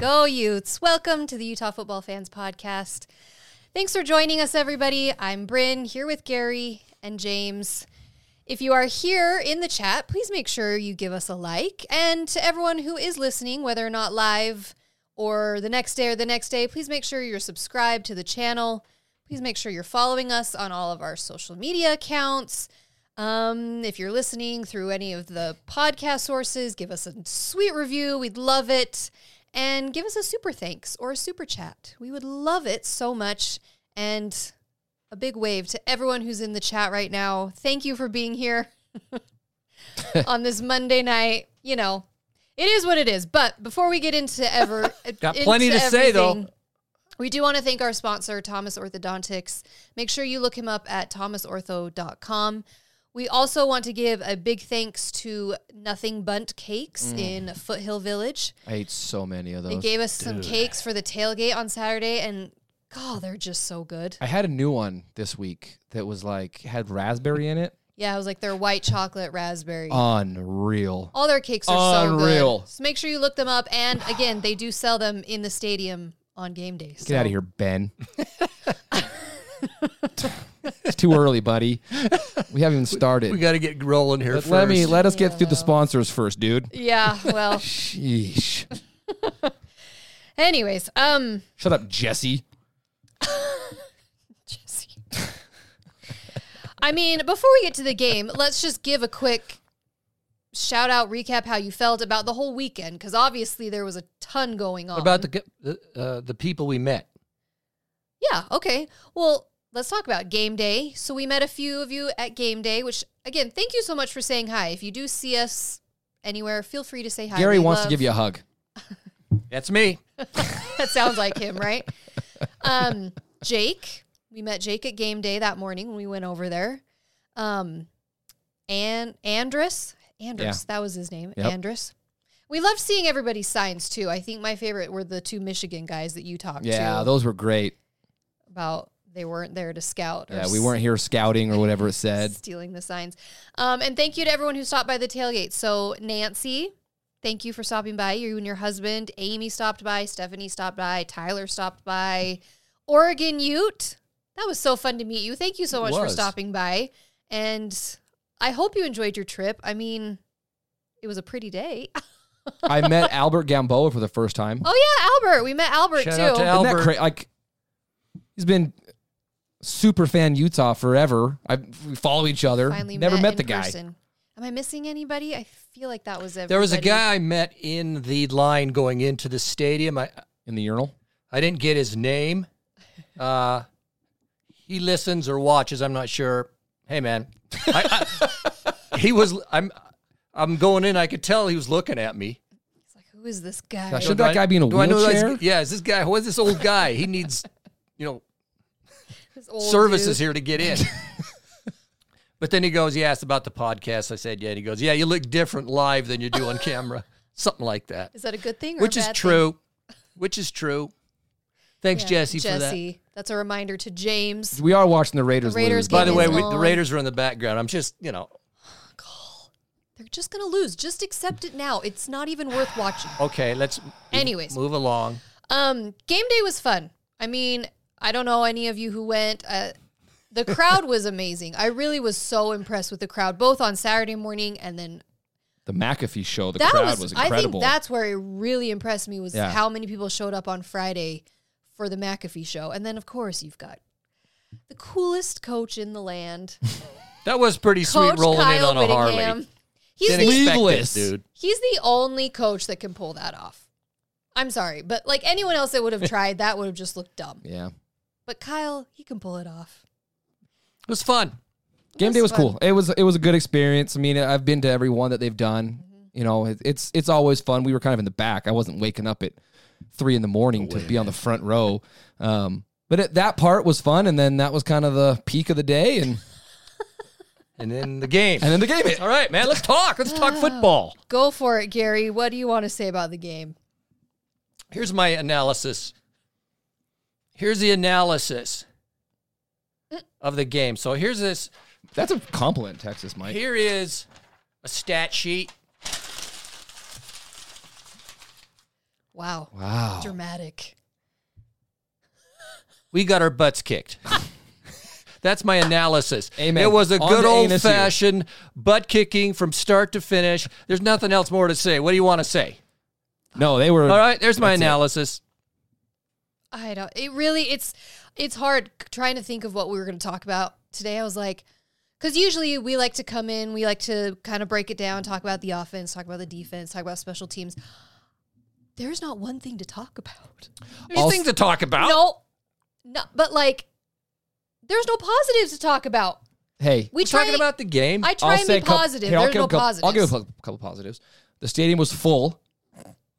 Go Utes! Welcome to the Utah Football Fans Podcast. Thanks for joining us, everybody. I'm Bryn here with Gary and James. If you are here in the chat, please make sure you give us a like. And to everyone who is listening, whether or not live or the next day or the next day, please make sure you're subscribed to the channel. Please make sure you're following us on all of our social media accounts. Um, if you're listening through any of the podcast sources, give us a sweet review. We'd love it. And give us a super thanks or a super chat. We would love it so much. And a big wave to everyone who's in the chat right now. Thank you for being here on this Monday night. You know, it is what it is. But before we get into ever, Got plenty to say, though. everything, We do want to thank our sponsor, Thomas Orthodontics. Make sure you look him up at thomasortho.com. We also want to give a big thanks to Nothing Bunt Cakes Mm. in Foothill Village. I ate so many of They those. gave us some cakes for the tailgate on Saturday, and God, they're just so good. I had a new one this week that was like had raspberry in it. Yeah, it was like their white chocolate raspberry. Unreal. All their cakes are so Oh. Unreal. good. So make sure you look them up. And again, they do sell them in the stadium on game days. Get out of here, Ben. it's too early, buddy. We haven't even started. We got to get rolling here But first. let me let us get Yeah, through no. the sponsors first, dude. Yeah, well, Sheesh. anyways, um, Shut up, Jesse. Jesse. I mean, before we get to the game, let's just give a quick shout out, recap how you felt about the whole weekend, because obviously there was a ton going on. What about the the, uh, the people we met? Yeah, okay. Well, let's talk about game day. So we met a few of you at game day, which again, thank you so much for saying hi. If you do see us anywhere, feel free to say hi. Gary We wants to love- give you a hug. That's me. that sounds like him, right? Um, Jake, we met Jake at game day that morning when we went over there. Um, and Andrus, Andrus, that was his name, Yep. Andrus. We loved seeing everybody's signs too. I think my favorite were the two Michigan guys that you talked Yeah, to those were great. about they weren't there to scout. Or Yeah, we weren't here scouting or whatever it said. stealing the signs. Um, and thank you to everyone who stopped by the tailgate. So Nancy, thank you for stopping by. You and your husband, Amy stopped by, Stephanie stopped by, Tyler stopped by, Oregon Ute. That was so fun to meet you. Thank you so It much for was. stopping by, and I hope you enjoyed your trip. I mean, it was a pretty day. I met Albert Gamboa for the first time. Oh yeah, Albert. We met Albert Shout too. out to Al- Isn't that Albert. cra- like he's been super fan Utah forever. I we follow each other. Finally, Never met, in the guy. person. Am I missing anybody? I feel like that was everybody. There was a guy I met in the line going into the stadium. I in the urinal. I didn't get his name. Uh, he listens or watches. I'm not sure. Hey man, I, I, he was. I'm. I'm going in. I could tell he was looking at me. It's like, who is this guy? Should that I- guy be in a do I know this- wheelchair? yeah, is this guy? Who is this old guy? He needs, you know, This old services dude. here to get in. but then he goes, he asked about the podcast. I said, yeah. And he goes, yeah, you look different live than you do on camera. Something like that, Is that a good thing? Or a which is bad thing? true. Which is true. Thanks, Yeah, Jesse, for that. Jesse. That's a reminder to James. We are watching the Raiders. The Raiders lose, game By the way, is we, on. the Raiders are in the background. I'm just, you know, They're just going to lose. Just accept it now. It's not even worth watching. okay, let's Anyways. move along. Um, game day was fun. I mean, I don't know any of you who went. Uh, the crowd was amazing. I really was so impressed with the crowd, both on Saturday morning and then the McAfee show. The that crowd was, was, I think incredible. that's where it really impressed me was Yeah. how many people showed up on Friday for the McAfee show. And then of course you've got the coolest coach in the land, That was pretty Coach sweet rolling Kyle in on a Whittingham. Harley. He's Didn't the expect it, Leaveless. dude. He's the only coach that can pull that off. I'm sorry, but like anyone else that would have tried that would have just looked dumb. yeah, But Kyle, he can pull it off. It was fun. game day was fun. cool. It was it was a good experience. I mean, I've been to every one that they've done. Mm-hmm. You know, it, it's it's always fun. We were kind of in the back. I wasn't waking up at three in the Oh, morning to be on the front row. Um, but it, that part was fun, and then that was kind of the peak of the day, and And then the game. and then the game. hit. All right, man, let's talk. Let's Oh. talk football. Go for it, Gary. What do you want to say about the game? Here's my analysis. Here's the analysis of the game. So here's this. That's a compliment, Texas Mike. Here is a stat sheet. Wow. Wow. Dramatic. We got our butts kicked. That's my analysis. Amen. It was a On good to old ANSU. fashioned butt kicking from start to finish. There's nothing else more to say. What do you want to say? No, they were All right, there's my That's it. analysis. I don't. It really. It's it's hard c- trying to think of what we were going to talk about today. I was like, because usually we like to come in, we like to kind of break it down, talk about the offense, talk about the defense, talk about special teams. There's not one thing to talk about. There's things to talk about. No, no. But like, there's no positives to talk about. Hey, We We're try talking about the game. I try I'll and say be a couple- positive. here, I'll there's give no a couple, positives I'll give a pu- couple positives. The stadium was full.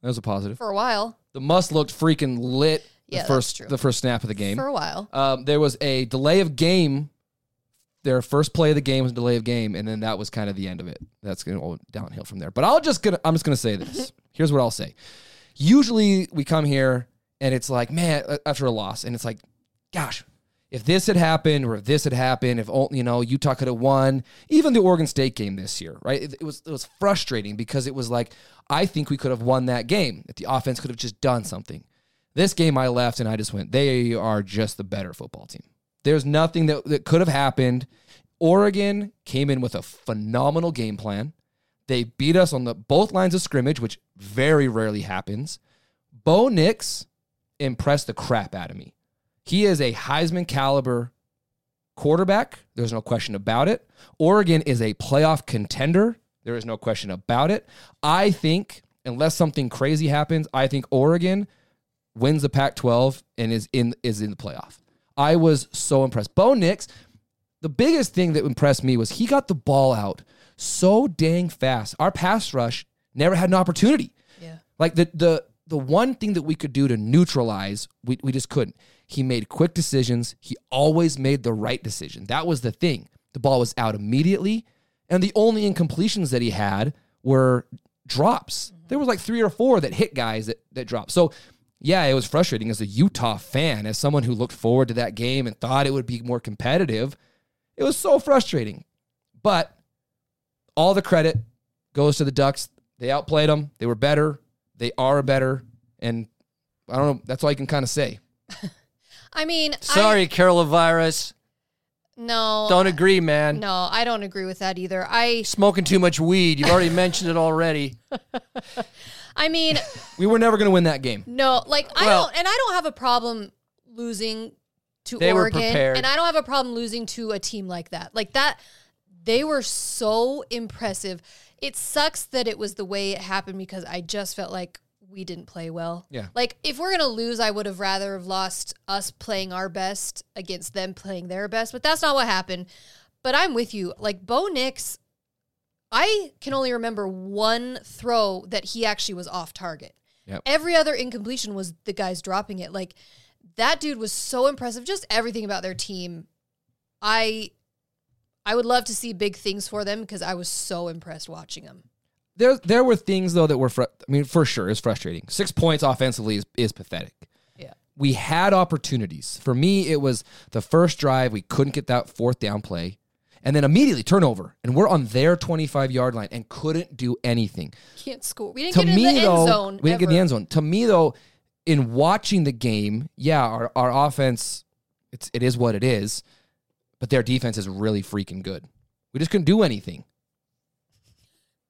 That was a positive. for a while. The must looked freaking lit. Yeah, the that's first true. the first snap of the game. For a while. Um, there was a delay of game. Their first play of the game was a delay of game, and then that was kind of the end of it. That's gonna go downhill from there. But I'll just gonna I'm just gonna say this. Here's what I'll say. Usually we come here and it's like, man, a- after a loss, and it's like, gosh, if this had happened or if this had happened, if only you know Utah could have won, even the Oregon State game this year, right? It, it was it was frustrating because it was like, I think we could have won that game if the offense could have just done something. This game I left and I just went, they are just the better football team. There's nothing that, that could have happened. Oregon came in with a phenomenal game plan. They beat us on the both lines of scrimmage, which very rarely happens. Bo Nix impressed the crap out of me. He is a Heisman caliber quarterback. There's no question about it. Oregon is a playoff contender. There is no question about it. I think, unless something crazy happens, I think Oregon wins the Pac-12 and is in is in the playoff. I was so impressed. Bo Nix, the biggest thing that impressed me was he got the ball out so dang fast. Our pass rush never had an opportunity. Yeah. Like the the the one thing that we could do to neutralize, we, we just couldn't. He made quick decisions. He always made the right decision. That was the thing. The ball was out immediately, and the only incompletions that he had were drops. There was like three or four that hit guys that that dropped. So yeah, it was frustrating as a Utah fan, as someone who looked forward to that game and thought it would be more competitive. It was so frustrating. But all the credit goes to the Ducks. They outplayed them. They were better. They are better. And I don't know. That's all I can kind of say. I mean, I, Sorry, Carol Virus. no, Don't agree, man. no, I don't agree with that either. I, Smoking too much weed. You've already mentioned it already. I mean, We were never going to win that game. No, like I Well- don't, and I don't have a problem losing to They were Oregon, prepared. and I don't have a problem losing to a team like that. Like that, they were so impressive. It sucks that it was the way it happened because I just felt like we didn't play well. Yeah. Like if we're gonna lose, I would have rather have lost us playing our best against them playing their best, but that's not what happened. But I'm with you. Like Bo Nix, I can only remember one throw that he actually was off target. Yep. Every other incompletion was the guys dropping it. Like that dude was so impressive. Just everything about their team. I I would love to see big things for them because I was so impressed watching them. There, there were things though that were. Fr- I mean, for sure, it's frustrating. Six points offensively is, is pathetic. Yeah. We had opportunities. For me, it was the first drive we couldn't get that fourth down play, and then immediately turnover, and we're on their twenty-five yard line and couldn't do anything. Can't score. We didn't to get in me the end though, zone. we didn't get in ever. the end zone. To me though, in watching the game, yeah, our, our offense, it's it is what it is, but their defense is really freaking good. We just couldn't do anything.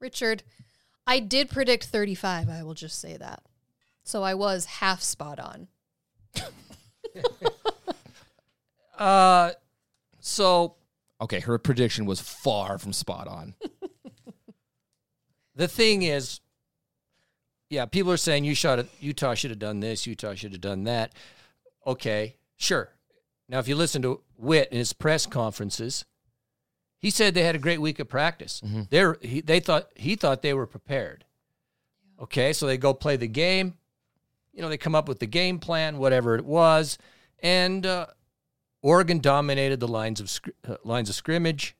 Richard, I did predict 35. I will just say that. So I was half spot on. Uh, so Okay, her prediction was far from spot on. the thing is, yeah, people are saying you shot Utah should have done this, Utah should have done that. Okay, sure. Now, if you listen to Witt in his press conferences, he said they had a great week of practice. Mm-hmm. They're, he, they thought he thought they were prepared. Okay, so they go play the game. You know, they come up with the game plan, whatever it was, and uh, Oregon dominated the lines of scr- uh, lines of scrimmage.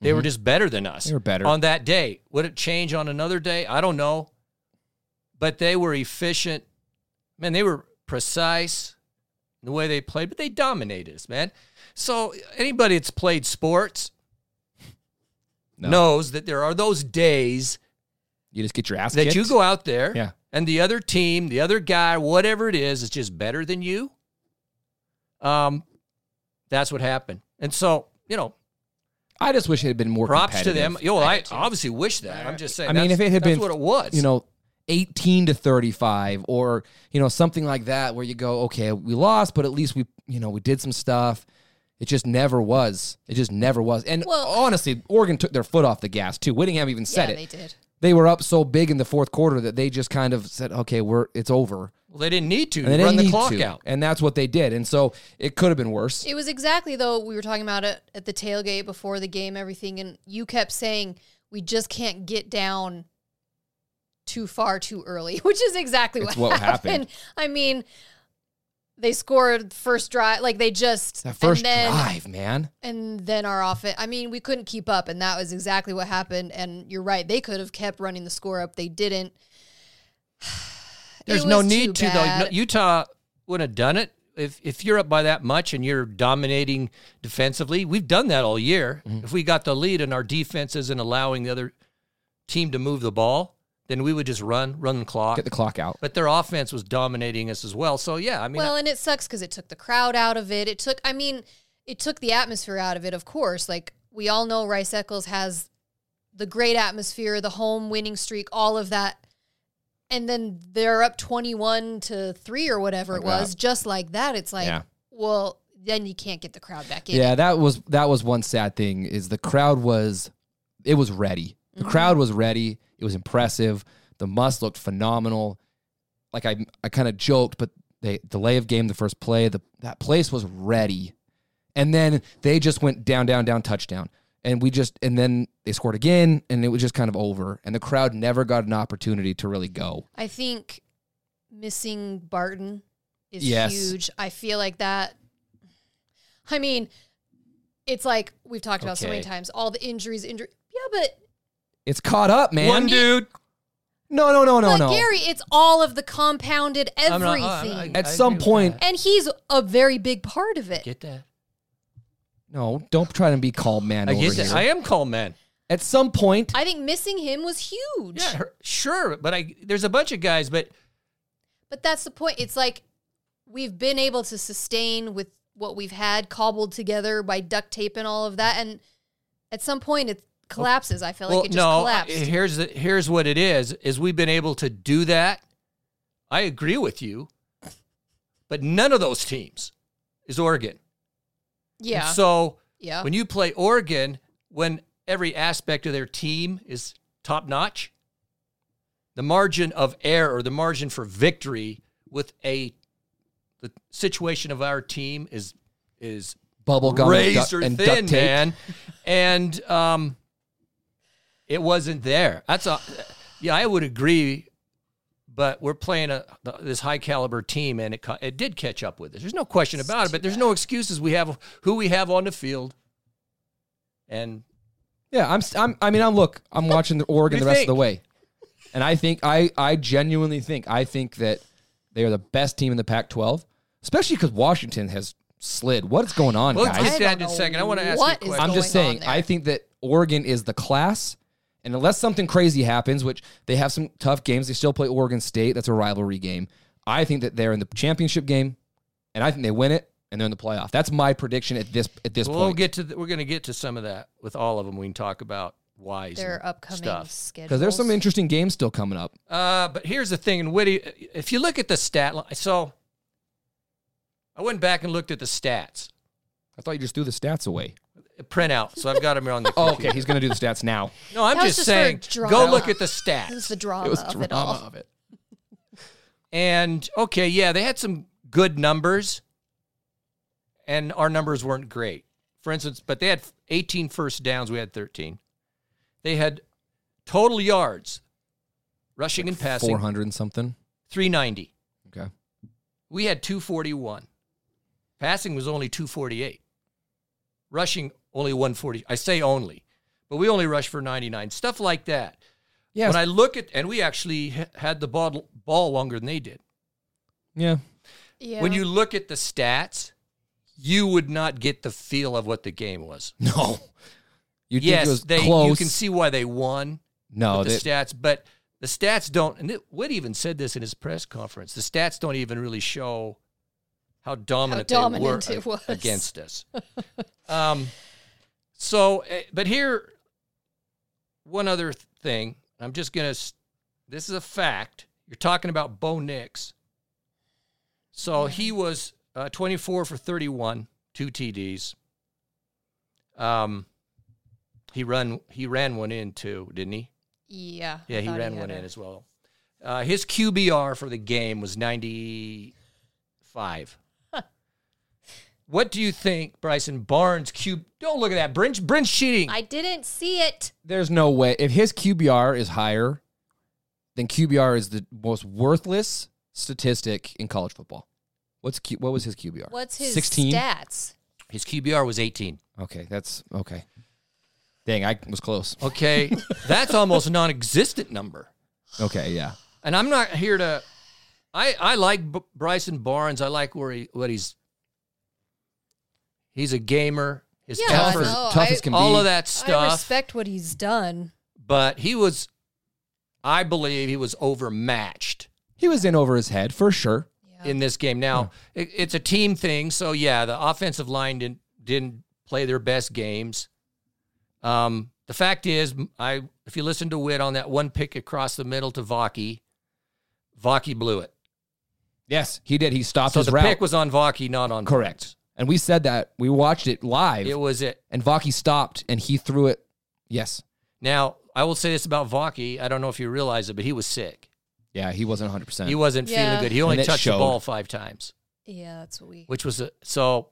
They were just better than us. Mm-hmm. They were better. on that day. Would it change on another day? I don't know, but they were efficient. Man, they were precise in the way they played, but they dominated us, man. So anybody that's played sports No. knows that there are those days You just get your ass that kicked. you go out there Yeah. and the other team, the other guy, whatever it is, is just better than you, um, that's what happened. And so, you know, I just wish it had been more props to them. competitive. Yo, I, obviously wish that. I'm just saying. I mean, that's- if it had that's been, what it was, you know, 18 to 35 or, you know, something like that where you go, okay, we lost, but at least we, you know, we did some stuff. It just never was. It just never was. And Well- honestly, Oregon took their foot off the gas too. Whittingham even said yeah, it. they did. They were up so big in the fourth quarter that they just kind of said, okay, we're it's over. Well, they didn't need to And they run didn't the need clock to. out. And that's what they did. And so it could have been worse. It was exactly though we were talking about it at the tailgate before the game, everything, and you kept saying we just can't get down too far too early, which is exactly It's what happened. I mean, they scored first drive, like they just that first and then, drive, man. and then our offense. I mean, we couldn't keep up, and that was exactly what happened. And you're right; they could have kept running the score up. They didn't. It There's no was need too to though. No- bad. Utah wouldn't have done it if if you're up by that much and you're dominating defensively. We've done that all year. Mm-hmm. If we got the lead and our defense isn't allowing the other team to move the ball, then we would just run, run the clock. Get the clock out. but their offense was dominating us as well. So yeah, I mean, well, and it sucks because it took the crowd out of it. It took, I mean, it took the atmosphere out of it, of course. Like, we all know Rice Eccles has the great atmosphere, the home winning streak, all of that. And then they're up 21 to 3 or whatever it Like was, just like that. It's like, Yeah. well, then you can't get the crowd back in. Yeah, that was that was one sad thing is the crowd was it was ready. The crowd was ready. It was impressive. The must looked phenomenal. Like I I kind of joked, but they delay of game the first play, the that place was ready. And then they just went down down down touchdown. And we just and then they scored again and it was just kind of over and the crowd never got an opportunity to really go. I think missing Barton is Yes. huge. I feel like that. I mean, it's like we've talked about so many Okay. times all the injuries, injury. Yeah, but It's caught up, man. one dude. no, no, no, no, but no. Gary, it's all of the compounded I'm everything, not- I'm- I- At I some agree with point- that. and he's a very big part of it. get that. No, don't try to be calm man I over get here. that. I am called man. At some point I think missing him was huge. Yeah, her- sure, but I there's a bunch of guys, but But that's the point. It's like we've been able to sustain with what we've had cobbled together by duct tape and all of that. And at some point, it collapses. I feel like it just no, collapsed. I- here's the, here's what it is: is we've been able to do that. I agree with you, but none of those teams is Oregon. And yeah. so yeah. when you play Oregon, when every aspect of their team is top notch, the margin of error or the margin for victory with a the situation of our team is is bubble gum and duct- razor and thin, duct tape. man. And um, it wasn't there. That's a yeah, I would agree. But we're playing a this high caliber team, and it ca- it did catch up with us. There's no question about it. But there's no excuses. We have who we have on the field, and Yeah, I'm, st- I'm. I mean, I'm. Look, I'm watching the Oregon You the rest of the think? way, and I think I. I genuinely think I think that they are the best team in the Pac-12, especially because Washington has slid. What's going on, Well, guys? I- stand in second. I wanna ask you a question. I'm just saying. I think that Oregon is the class, and unless something crazy happens, which they have some tough games, they still play Oregon State. That's a rivalry game. I think that they're in the championship game, and I think they win it, and they're in the playoff. That's my prediction at this at this we'll point. get to the, we're going to get to some of that with all of them. We can talk about wise and their upcoming stuff. schedule. because there's some interesting games still coming up. Uh, but here's the thing, and Whitty, if you look at the stat line, so I went back and looked at the stats I thought you just threw the stats away. printout, so I've got them here on the. Oh, computer. okay. He's going to do the stats now. No, I'm That was just, just for saying, drama. go look at the This is stats. the drama It was of drama it all. it. and okay, yeah, they had some good numbers, and our numbers weren't great. For instance, but they had 18 first downs. We had 13. They had total yards, rushing and passing, 400 and something. 390. Okay. We had 241. Passing was only 248. Rushing only 140. I say only, but we only rushed for 99. Stuff like that. Yeah. When I look at, and we actually h- had the ball, ball longer than they did. yeah. Yeah. When you look at the stats, you would not get the feel of what the game was. No. You think yes, it was they, close? you can see why they won no, with the that- stats, but The stats don't, and it, Witt even said this in his press conference. The stats don't even really show how dominant, dominant they were it was. against us. um, so, eh, but here, one other th- thing. I'm just gonna. s- This is a fact. You're talking about Bo Nix. So he was uh, 24 for 31, two TDs. Um, he run he ran one in too, didn't he? Yeah. I Yeah, he thought ran had one a- in as well. Uh, his QBR for the game was 95. What do you think Bryson Barnes' Q? Don't look at that. Brin's, Brin's cheating. I didn't see it. There's no way. If his QBR is higher, then QBR is the most worthless statistic in college football. What's Q, what was his QBR? What's his 16? stats? His QBR was 18. Okay, that's okay. Dang, I was close. Okay, that's almost a non-existent number. Okay, yeah. And I'm not here to. I I like B- Bryson Barnes. I like where he what he's. He's a gamer. His Yeah, Tough, I as, effort, know. tough I- as can be. all of that I stuff. respect what he's done. but he was I believe he was overmatched He was in over his head for sure. in this game. Now it, it's a team thing, so yeah, the offensive line didn't didn't play their best games. Um, the fact is, I if you listen to Witt on that one pick across the middle to Vaki, Vaki blew it. Yes, he did. He stopped So his the route. pick was on Vaki, not on Correct. And we said that we watched it live, Barnes. It was it. and Vaki stopped and he threw it. Yes, Now I will say this about Vaki. I don't know if you realize it, but he was sick. yeah, he wasn't 100. percent He wasn't Yeah. feeling good. He only And it touched showed. the ball five times. Yeah, that's what we. which was a, so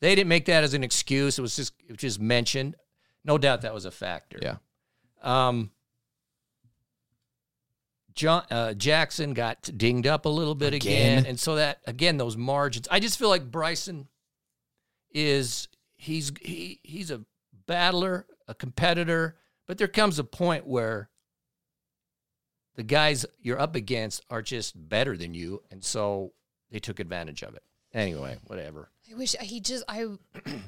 they didn't make that as an excuse. It was just it was just mentioned. No doubt that was a factor. Yeah. Um. John uh, Jackson got dinged up a little bit again. Again? and so that again those margins. I just feel like Bryson is he's he he's a battler, a competitor, but there comes a point where the guys you're up against are just better than you, and so they took advantage of it. Anyway, whatever. I wish he just. I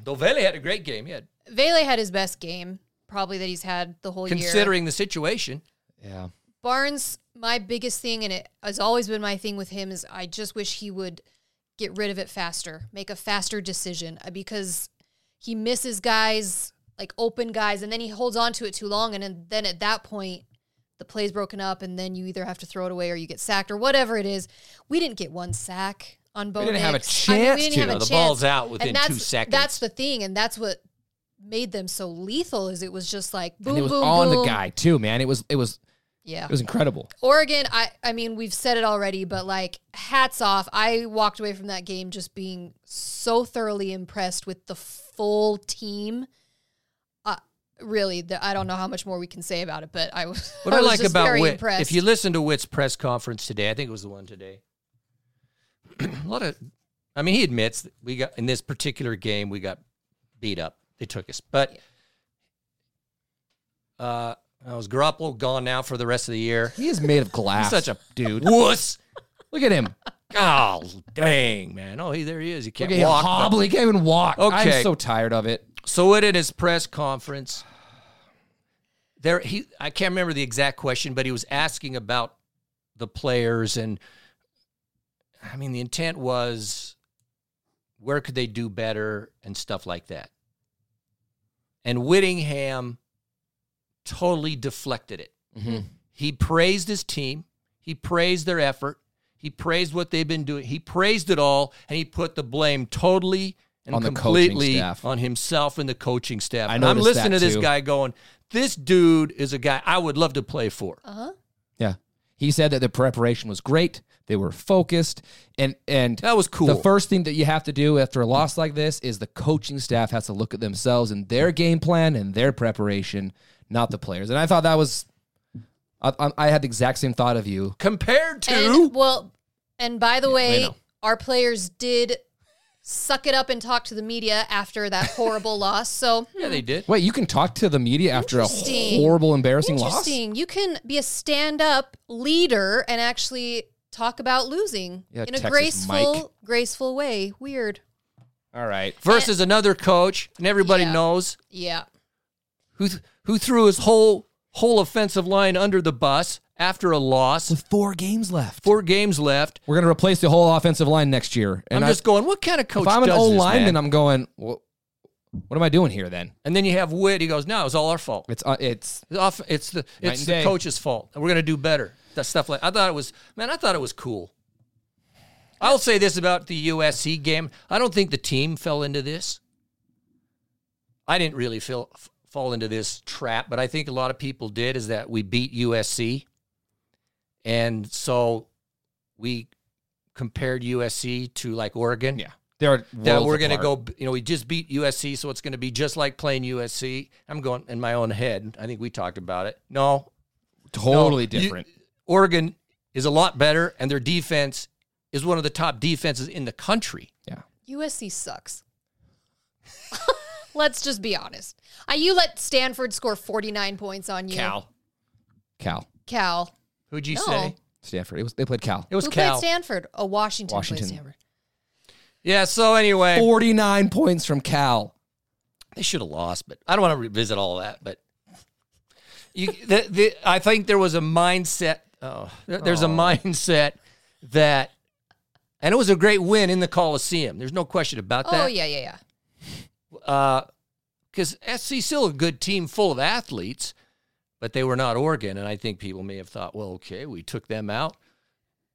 Though Vele had a great game, yeah. Vele had his best game probably that he's had the whole year. Considering the situation, Yeah, Barnes, my biggest thing, and it has always been my thing with him, is I just wish he would get rid of it faster, make a faster decision uh, because he misses guys, like open guys, and then he holds on to it too long. And then- then at that point, the play's broken up, and then you either have to throw it away or you get sacked or whatever it is. We didn't get one sack on Bo. didn't have a Nix. I mean, chance we didn't to. have a the chance. ball's out within And that's, two seconds. That's the thing, and that's what made them so lethal. Is it was just like boom, and it was boom, on boom. the guy too, man. It was it was Yeah, it was incredible. Oregon, I, I mean, we've said it already, but like, hats off. I walked away from that game just being so thoroughly impressed with the full team. Uh, really, the, I don't know how much more we can say about it, but I was. What I I, was like just about very Witt, impressed. if you listen to Witt's press conference today, I think it was the one today. a lot of, I mean, he admits that we got in this particular game we got beat up. They took us, but uh, I was Garoppolo gone now for the rest of the year. He is made of glass. He's such a dude. Wuss! Look at him. Oh, dang, man! Oh, he there he is. He Look can't at him walk. but- hobble. He can't even walk. I'm Okay. so tired of it. So it in his press conference, there he I can't remember the exact question, but he was asking about the players and I mean the intent was where could they do better and stuff like that. And Whittingham totally deflected it. Mm-hmm. He praised his team. He praised their effort. He praised what they've been doing. He praised it all, and he put the blame totally and On the coaching completely staff. on himself and the coaching staff. I And I'm noticed listening that to this too. guy going, "This dude is a guy I would love to play for." Uh huh. Yeah. He said that the preparation was great. They were focused, and and That was cool. The first thing that you have to do after a loss like this is the coaching staff has to look at themselves and their game plan and their preparation, not the players. And I thought that was, I, I- I had the exact same thought of you. Compared to And, well, and by the way, know. our players did suck it up and talk to the media after that horrible loss. So yeah, they did. Wait, you can talk to the media after a Interesting. horrible, embarrassing loss. Interesting. You can be a stand-up leader and actually talk about losing Yeah, in a Texas graceful, Mike. graceful way. Weird. All right, Versus another coach, and everybody Yeah. knows Yeah. who th- who threw his whole whole offensive line under the bus after a loss, With four games left, we four games left. we're going to replace the whole offensive line next year. And I'm I- just going, what kind of coach if I'm an does old this, man? lineman, I'm going. Well, what am I doing here then? and then you have Witt. He goes, no, it's all our fault. It's uh, it's It's off- it's the it's and the day. coach's fault. We're gonna do better. That stuff like I thought it was man. I thought it was cool. I'll say this about the USC game. I don't think the team fell into this. I didn't really feel f- fall into this trap, but I think a lot of people did. Is that we beat USC, and so we compared USC to like Oregon. yeah. They're That worlds we're going to apart. go, you know, we just beat USC, so it's going to be just like playing USC. I'm going in my own head. I think we talked about it. No, totally No, you- different. Oregon is a lot better, and their defense is one of the top defenses in the country. yeah. USC sucks. Let's just be honest. Uh, you let Stanford score 49 points on you. Cal, Cal, Cal. who'd you No. say? Stanford. It was they played Cal. It was Who Cal. played Stanford? Oh, Washington, Washington. played Stanford. yeah. So anyway, Forty nine points from Cal. they should have lost, but I don't want to revisit all that. But you, the, the, I think there was a mindset. Oh, there- there's a mindset that, and it was a great win in the Coliseum. There's no question about that. Oh, yeah, yeah, yeah. because SC still a good team full of athletes, but they were not Oregon, and I think people may have thought, well, okay, we took them out,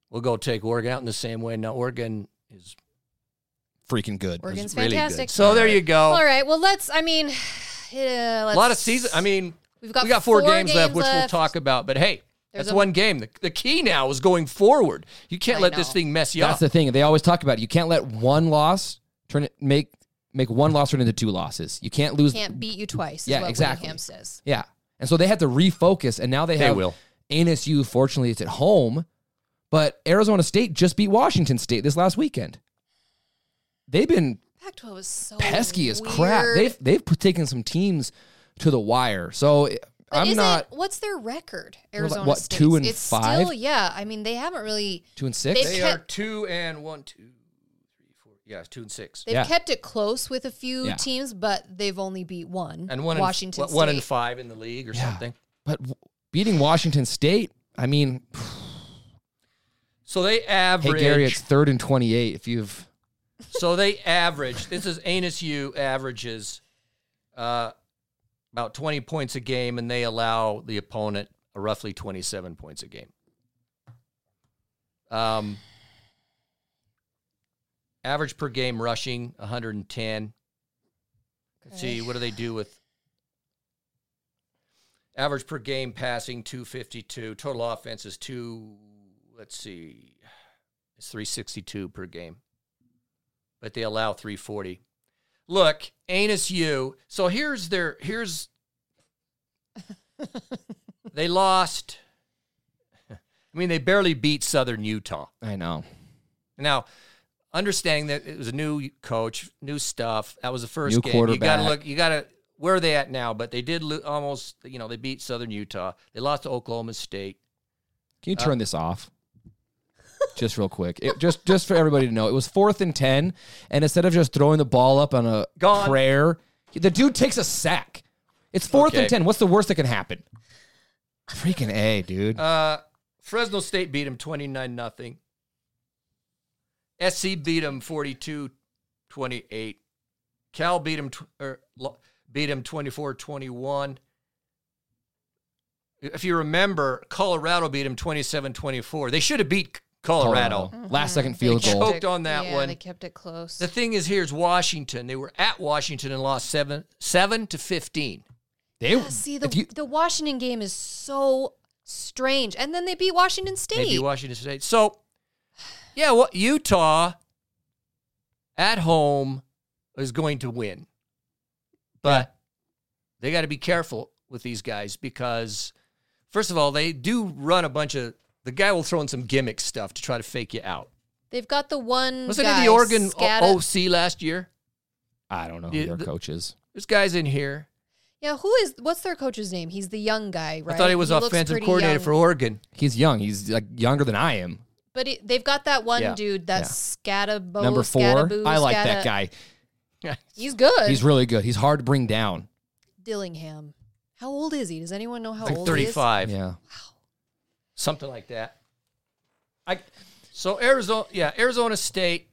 we'll go take Oregon out in the same way. Now Oregon is Freaking good. Oregon's It was fantastic. Really good. so there you go. All right. Well, let's, I mean, uh, Oh. A let's, lot of season. I mean, we've got we got four, four games, left, games which we'll left. talk about. But hey, There's that's a- one game. The, the key now is going forward. You can't I let this know. thing mess you That's up. the thing. They always talk about it. You can't let one loss turn it make make one loss turn into two losses. You can't lose. can't beat you twice. Yeah, is what exactly. Willingham says. Yeah. And so they had to refocus, and now they They have will. NSU. Fortunately, it's at home, but Arizona State just beat Washington State this last weekend. They've been Pac 12 is so pesky as crap. weird. They've they've put- taken some teams to the wire. So eh, But I'm is not It, what's their record? like, Arizona what, State's? two and it's five? Still, yeah. I mean, they haven't really. two and six. They They can't- are two and one, two, three, four. Yeah, two and six, They've Yeah. kept it close with a few Yeah. teams, but they've only beat one. and one Washington in, what, one State. and five in the league or Yeah. something. but w- beating Washington State, I mean, So they hey average. Gary, it's third and twenty eight. If you've So they average. This is Anus U averages uh, about twenty points a game, and they allow the opponent roughly twenty-seven points a game. Um, average per game rushing one hundred and ten. Let's see what do they do with average per game passing two fifty-two. Total offense is two. Let's see, it's three sixty-two per game but they allow 340. Look, anus you. So here's their here's they lost. I mean, they barely beat Southern Utah. I know Now, understanding that it was a new coach, new stuff. That was the first New game. You quarterback. gotta look. You gotta where are they at now? But they did lo- almost. You know, they beat Southern Utah. They lost to Oklahoma State. Can Uh, you turn this off? just real quick. It, just just for everybody to know. It was fourth and 10, and instead of just throwing the ball up on a Gone. prayer, the dude takes a sack. It's fourth Okay. and 10. What's the worst that can happen? Freaking A, dude. Uh, Fresno State beat him 29 nothing. SC beat him 42 28. Cal beat him tw- or lo- beat him 24 21. If you remember, Colorado beat him 27 24. They should have beat Colorado. Last second Mm-hmm. They field kept goal. Choked it- on that yeah, one. They kept it close. The thing is, here's Washington. They were at Washington and lost 7 7 to 15. They Yeah, see, the if you, the Washington game is so strange, and then they beat Washington State. Maybe Washington State. So, yeah, well, Utah at home is going to win, but they got to be careful with these guys because, first of all, they do run a bunch of. The guy will throw in some gimmick stuff to try to fake you out. They've got the one. Wasn't guy it the Oregon scat- O- OC last year? I don't know Yeah, who their the- coaches. There's guys in here. Yeah, who is? What's their coach's name? He's the young guy, right? I thought he was looks offensive pretty coordinator young. for Oregon. He's young. He's like younger than I am. But it, they've got that one Yeah. dude that's scatabo. Number four. scataboo, I like scata- that guy. He's good. He's really good. He's hard to bring down. Dillingham. How old is he? Does anyone know how like old he is? 35. Yeah. something like that. I so Arizona, yeah, Arizona State.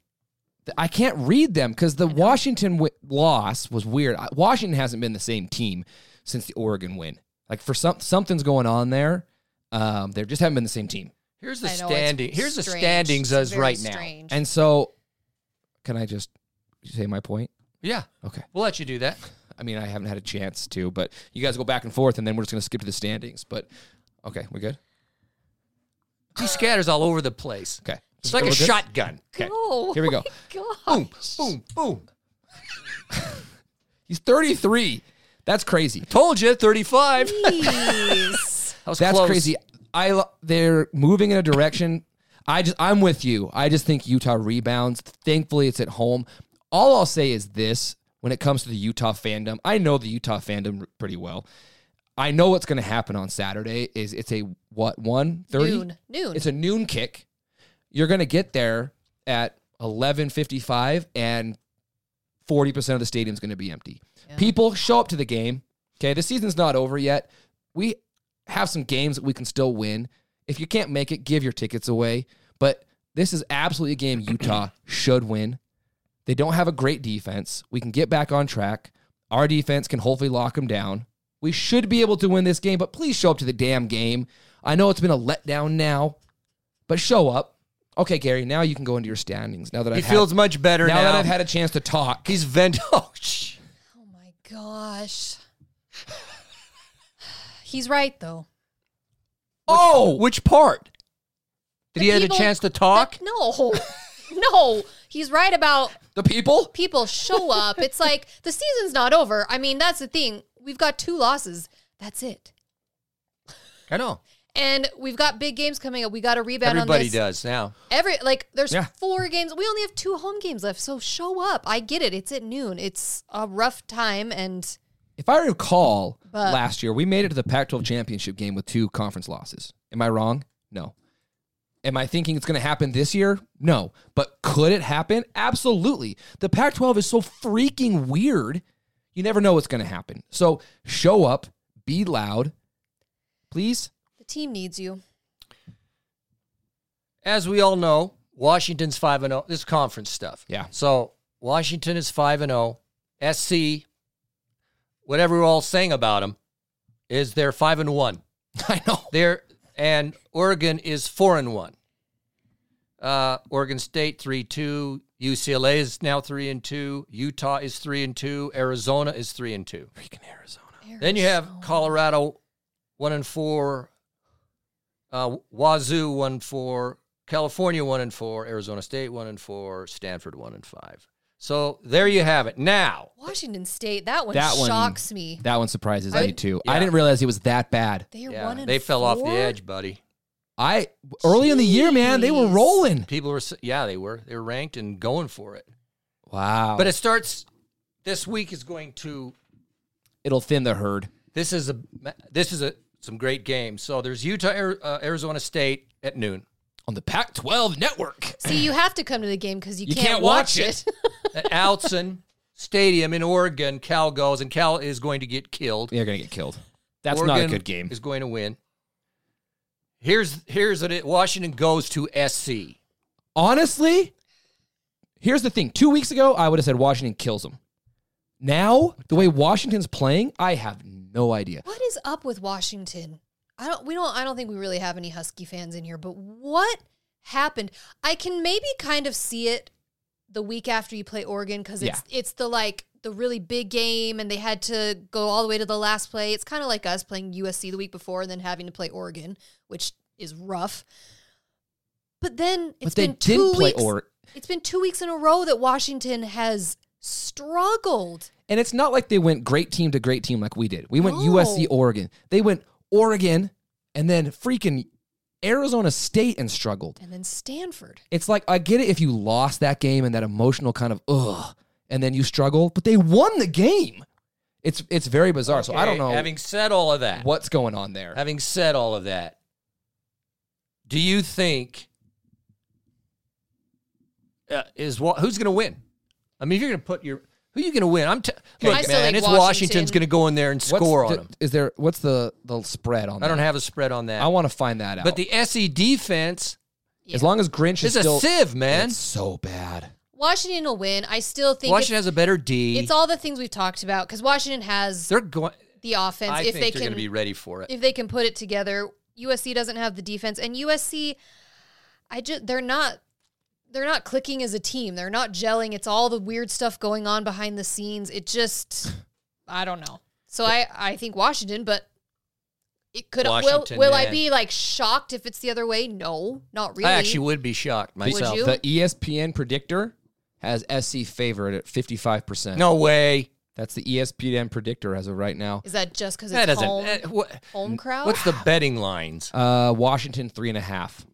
I can't read them because the Washington w- loss was weird. I- Washington hasn't been the same team since the Oregon win. Like for some something's going on there. Um, they just haven't been the same team. Here's the I know, it's standing. Here's the strange. standings It's as very right now. strange. And so, can I just say my point? Yeah, Okay. we'll let you do that. I mean, I haven't had a chance to, but you guys go back and forth, and then we're just gonna skip to the standings. But okay, we're good. He scatters all over the place. Okay, It's like a We're good? shotgun. Okay, Oh, here we go. God. Boom, boom. He's 33. That's crazy. Told you, 35. Jeez. That was That's close. crazy. I lo- they're moving in a direction. I just I'm with you. I just think Utah rebounds. Thankfully, it's at home. All I'll say is this: when it comes to the Utah fandom, I know the Utah fandom r- pretty well. I know what's going to happen on Saturday. Is it's a what one thirty Noon. Noon. It's a noon kick. You're going to get there at eleven fifty five, and forty percent of the stadium's going to be empty. People show up to the game. Okay, the season's not over yet. We have some games that we can still win. If you can't make it, give your tickets away. But this is absolutely a game Utah should win. They don't have a great defense. We can get back on track. Our defense can hopefully lock them down. We should be able to win this game, but please show up to the damn game. I know it's been a letdown now, but show up. Okay, Gary, now you can go into your standings. Now that He I've feels had, much better now. now that I've had a chance to talk. He's vent. Oh, shh. Oh my gosh. He's right though. Oh, which part? Did The he have a people chance to talk? that- no. no. He's right about The people? people show up. It's like the season's not over. I mean, that's the thing. We've got two losses. That's it. I know. And we've got big games coming up. We got to rebound on Everybody this. does now. Every like there's Yeah. four games. We only have two home games left. So show up. I get it. It's at noon. It's a rough time and If I recall, But- last year we made it to the Pac-12 championship game with two conference losses. Am I wrong? No. Am I thinking it's going to happen this year? No. But could it happen? Absolutely. The Pac-12 is so freaking weird. You never know what's going to happen. So show up, be loud, please. the team needs you. As we all know, Washington's 5 and 0. This is conference stuff. Yeah. So, Washington is 5 and 0. SC whatever we're all saying about them is they're 5 and 1. I know. There and Oregon is four and one. Uh, Oregon State three two. UCLA is now three and two. Utah is three and two. Arizona is three and two. Freaking Arizona. Then you have Colorado one and four. Uh, Wazoo one and four. California one and four. Arizona State one and four. Stanford one and five. So there you have it. Now Washington State. That one That one shocks me. That one surprises I- me too. Yeah. I didn't realize it was that bad. They are yeah, one and they fell off the four? edge, buddy. I early in the year, man, they were Jeez. rolling. People were s- yeah, they were they were ranked and going for it. Wow. But it starts this week is going to it'll thin the herd. this is a this is a some great games. So there's Utah Ari- uh, Arizona State at noon. on the Pac 12 network. See, you have to come to the game because you, You can't, can't watch, it. watch At Outson Stadium in Oregon, Cal goes and Cal is going to get killed. They're going to get killed. That's not a Oregon good game. Is going to win. Here's here's what it Washington goes to SC. Honestly, here's the thing. Two weeks ago, I would have said Washington kills them. Now, the way Washington's playing, I have no idea. what is up with Washington? I don't. We don't. I don't think we really have any Husky fans in here. But what happened? I can maybe kind of see it the week after you play Oregon because it's it's the like the really big game and they had to go all the way to the last play. It's kind of like us playing USC the week before and then having to play Oregon, which is rough. But then it's but they been didn't two play weeks. or It's been two weeks in a row that Washington has struggled. and it's not like they went great team to great team like we did. We went USC No. Oregon. They went Oregon and then freaking Arizona State and struggled. And then Stanford. It's like I get it if you lost that game and that emotional kind of ugh, and then you struggle, but they won the game. It's it's very bizarre. So I don't know Okay, Having said all of that, what's going on there. Having said all of that, do you think uh, is what who's going to win? I mean, if you're going to put your Who you going to win? I'm t- look, I still man. like it's Washington. Washington's going to go in there and score on what's the- them. Is there what's the the spread on? I don't have a spread on that. I want to find that out. but the SE defense as long as Grinch is is a still sieve, man. it's so bad. Washington will win. I still think Washington it's, has a better D. it's all the things we've talked about because Washington has they're going. the offense. I if think they they're can going to be ready for it. if they can put it together. USC doesn't have the defense, and USC, I just they're not they're not clicking as a team. They're not gelling. It's all the weird stuff going on behind the scenes. It just I don't know. So I I think Washington, but it could Washington, will will I man. be like shocked if it's the other way? No, not really. I actually would be shocked myself. you? The E ESPN predictor has SC favored at fifty five percent. No way. that's the E ESPN predictor as of right now. Is that just because That it's doesn't. home Oh. eh, what, home crowd? what's the betting lines? Uh, Washington three and a half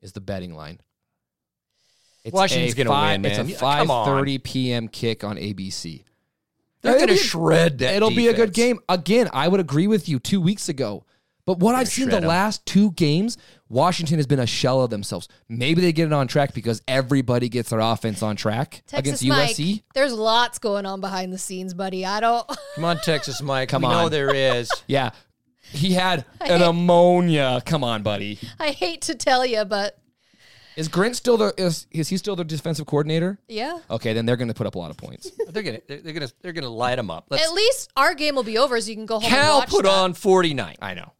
is the betting line. It's Washington's a gonna five- win, man. It's a Yeah, five come on. thirty p.m. kick on ABC. They're It'll going to be a- shred that. It'll be a good defense. game. Again, I would agree with you two weeks ago. But what I've seen the shred 'em. last two games, Washington has been a shell of themselves. Maybe they get it on track because everybody gets their offense on track Texas against Mike, USC. there's lots going on behind the scenes, buddy. I don't. Come on, Texas Mike. Come we on. know there is. Yeah. He had an ammonia. Come on, buddy. I hate to tell you, but Is Grint still the is, is he still their defensive coordinator? yeah. Okay, then they're going to put up a lot of points. they're going to they're going to they're going to light them up. Let's, At least our game will be over, so you can go home. and Cal watch put that. on 49. I know. I know.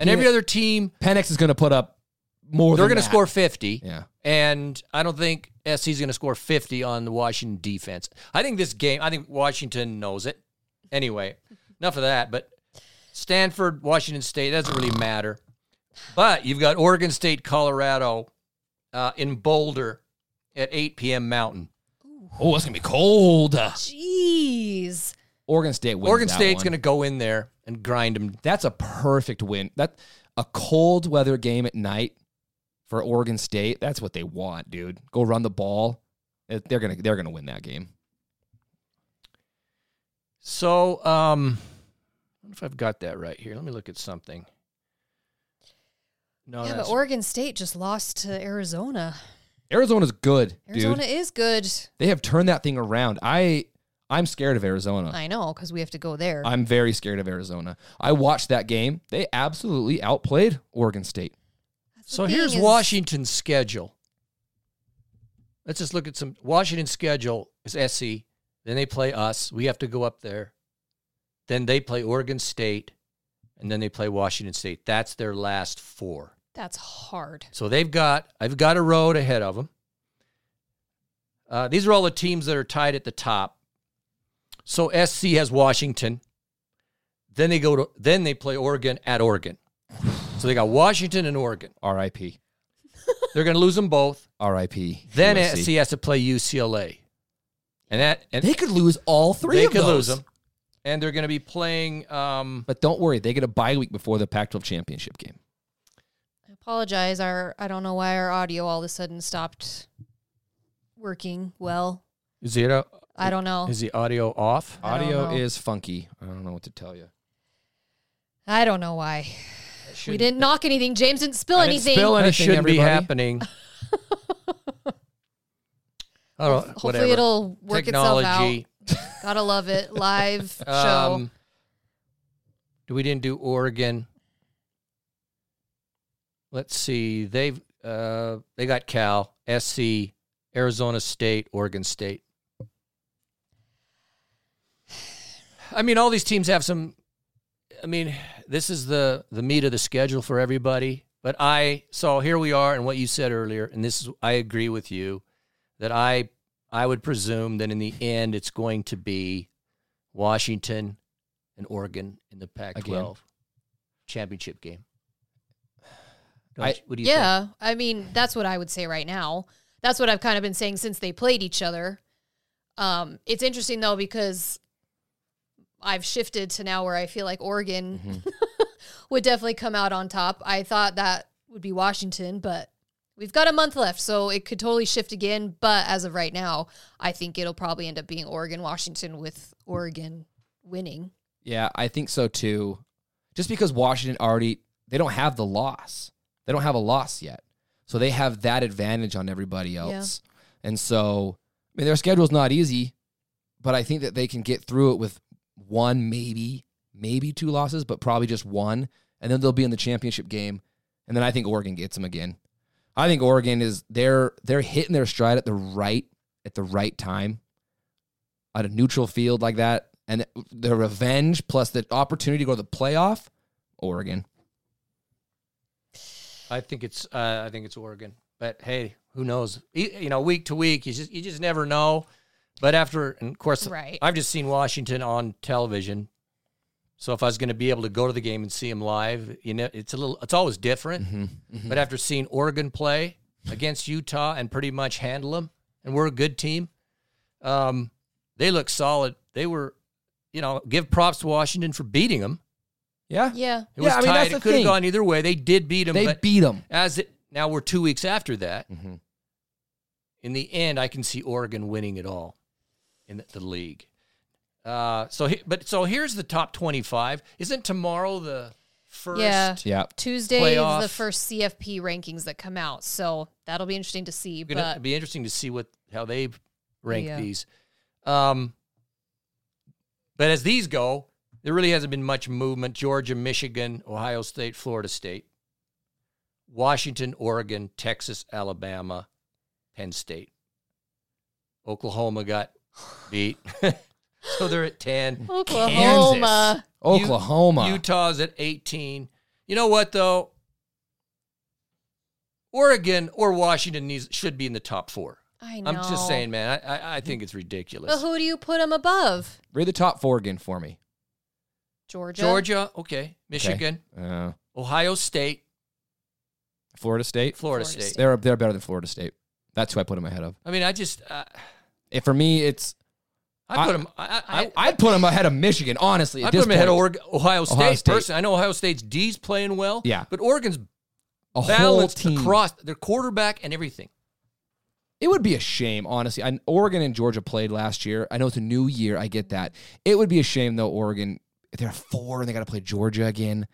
And every other team, Penix is going to put up more. they're going to score 50. Yeah. And I don't think SC's going to score 50 on the Washington defense. I think this game, I think Washington knows it. Anyway, enough of that. But Stanford, Washington State, doesn't really matter. But you've got Oregon State, Colorado uh, in Boulder at 8 p.m. Mountain. Oh, it's going to be cold. Jeez. Oregon State wins. Oregon that State's one. going to go in there and grind them. That's a perfect win. That a cold weather game at night for Oregon State. That's what they want, dude. Go run the ball. Uh, They're gonna they're gonna win that game. So, um, I wonder if I've got that right here. Let me look at something. No, yeah, Oh, that's but Oregon State just lost to Arizona. Arizona's good, Arizona dude. is good. They have turned that thing around. I I'm scared of Arizona. I know because we have to go there. I'm very scared of Arizona. I watched that game. They absolutely outplayed Oregon State. That's the So thing here's is- Washington's schedule. Let's just look at some Washington's schedule is SC. Then they play us. We have to go up there. Then they play Oregon State, and then they play Washington State. That's their last four. That's hard. So they've got I've got a road ahead of them. Uh, these are all the teams that are tied at the top. So SC has Washington. Then they go to then they play Oregon at Oregon. So they got Washington and Oregon. R.I.P. They're going to lose them both. R.I.P. Then E USC. SC has to play UCLA, and that and They could lose all three they of could those. lose them. And they're going to be playing. Um, But don't worry, they get a bye week before the Pac-12 championship game. I apologize. Our I don't know why our audio all of a sudden stopped working well. is the audio- I don't know. is the audio off? I don't Audio know. is funky. I don't know what to tell you. I don't know why. We Shouldn't- didn't knock anything. James didn't spill I didn't anything. spill That anything, shouldn't everybody. be happening. I don't know, Hopefully whatever. it'll work Technology. itself out. Gotta love it. Live show. Um, we didn't do Oregon. Let's see. They've uh, they got Cal, SC, Arizona State, Oregon State. I mean, all these teams have some. I mean, this is the the meat of the schedule for everybody. But I so here we are, and what you said earlier, and this is I agree with you that I I would presume that in the end it's going to be Washington and Oregon in the Pac-12 championship game. Don't I- you- what do you think? Yeah, I mean that's what I would say right now. That's what I've kind of been saying since they played each other. Um, it's interesting though because I've shifted to now where I feel like Oregon would definitely come out on top. I thought that would be Washington, but we've got a month left, so it could totally shift again. But as of right now, I think it'll probably end up being Oregon Washington with Oregon winning. Yeah, I think so too. Just because Washington already they don't have the loss. They don't have a loss yet. So they have that advantage on everybody else. And so I mean, their schedule's not easy, but I think that they can get through it with one, maybe, maybe two losses, but probably just one. And then they'll be in the championship game. And then I think Oregon gets them again. I think Oregon is they're they're hitting their stride at the right at the right time on a neutral field like that. And the revenge plus the opportunity to go to the playoff, Oregon. I think it's uh, I think it's Oregon. But hey, who knows? E- You know, week to week, you just you just never know. But after, and of course, Right. I've just seen Washington on television. So if I was going to be able to go to the game and see him live, you know, it's a little, it's always Mm-hmm. different. But after seeing Oregon play against Utah and pretty much handle them, and we're a good team, um, they look solid. They were, you know, give props to Washington for beating them. Yeah. Yeah. It was Yeah, I tied. mean, that's the it could have thing. gone either way. They did beat them. They but beat them. as it now we're two weeks after that. In the end, I can see Oregon winning it all in the, the league. Uh, so, he, but so here's the top twenty-five. Isn't tomorrow the first? Yeah. Yeah. Tuesday Playoff. is the first CFP rankings that come out, so that'll be interesting to see. It's gonna But be interesting to see what how they rank Yeah. these. Um, but as these go, there really hasn't been much movement. Georgia, Michigan, Ohio State, Florida State, Washington, Oregon, Texas, Alabama, Penn State, Oklahoma got beat, so they're at ten. Oklahoma, Oklahoma. Utah's at 18. You know what though? Oregon or Washington needs should be in the top four. I know. I'm just saying, man. I I, I think it's But ridiculous. who do you put them above? Read the top four again for me. Georgia. Georgia, okay. Okay. Michigan, Uh, Ohio State, Florida State. Florida Florida, State. State. They're they're better than Florida State. That's who I put them ahead of. I mean, I just uh, If for me, it's I I- put them. I I, I, I'd put them ahead of Michigan. Honestly, I, at put this them ahead of point. Oregon, Ohio State. State. Personally, I know Ohio State's D's playing well. Yeah. but Oregon's a whole balanced team. across their quarterback and everything. It would be a shame, honestly. I, Oregon and Georgia played last year. I know it's a new year. I get that. It would be a shame though. Oregon, if they're four and they got to play Georgia again.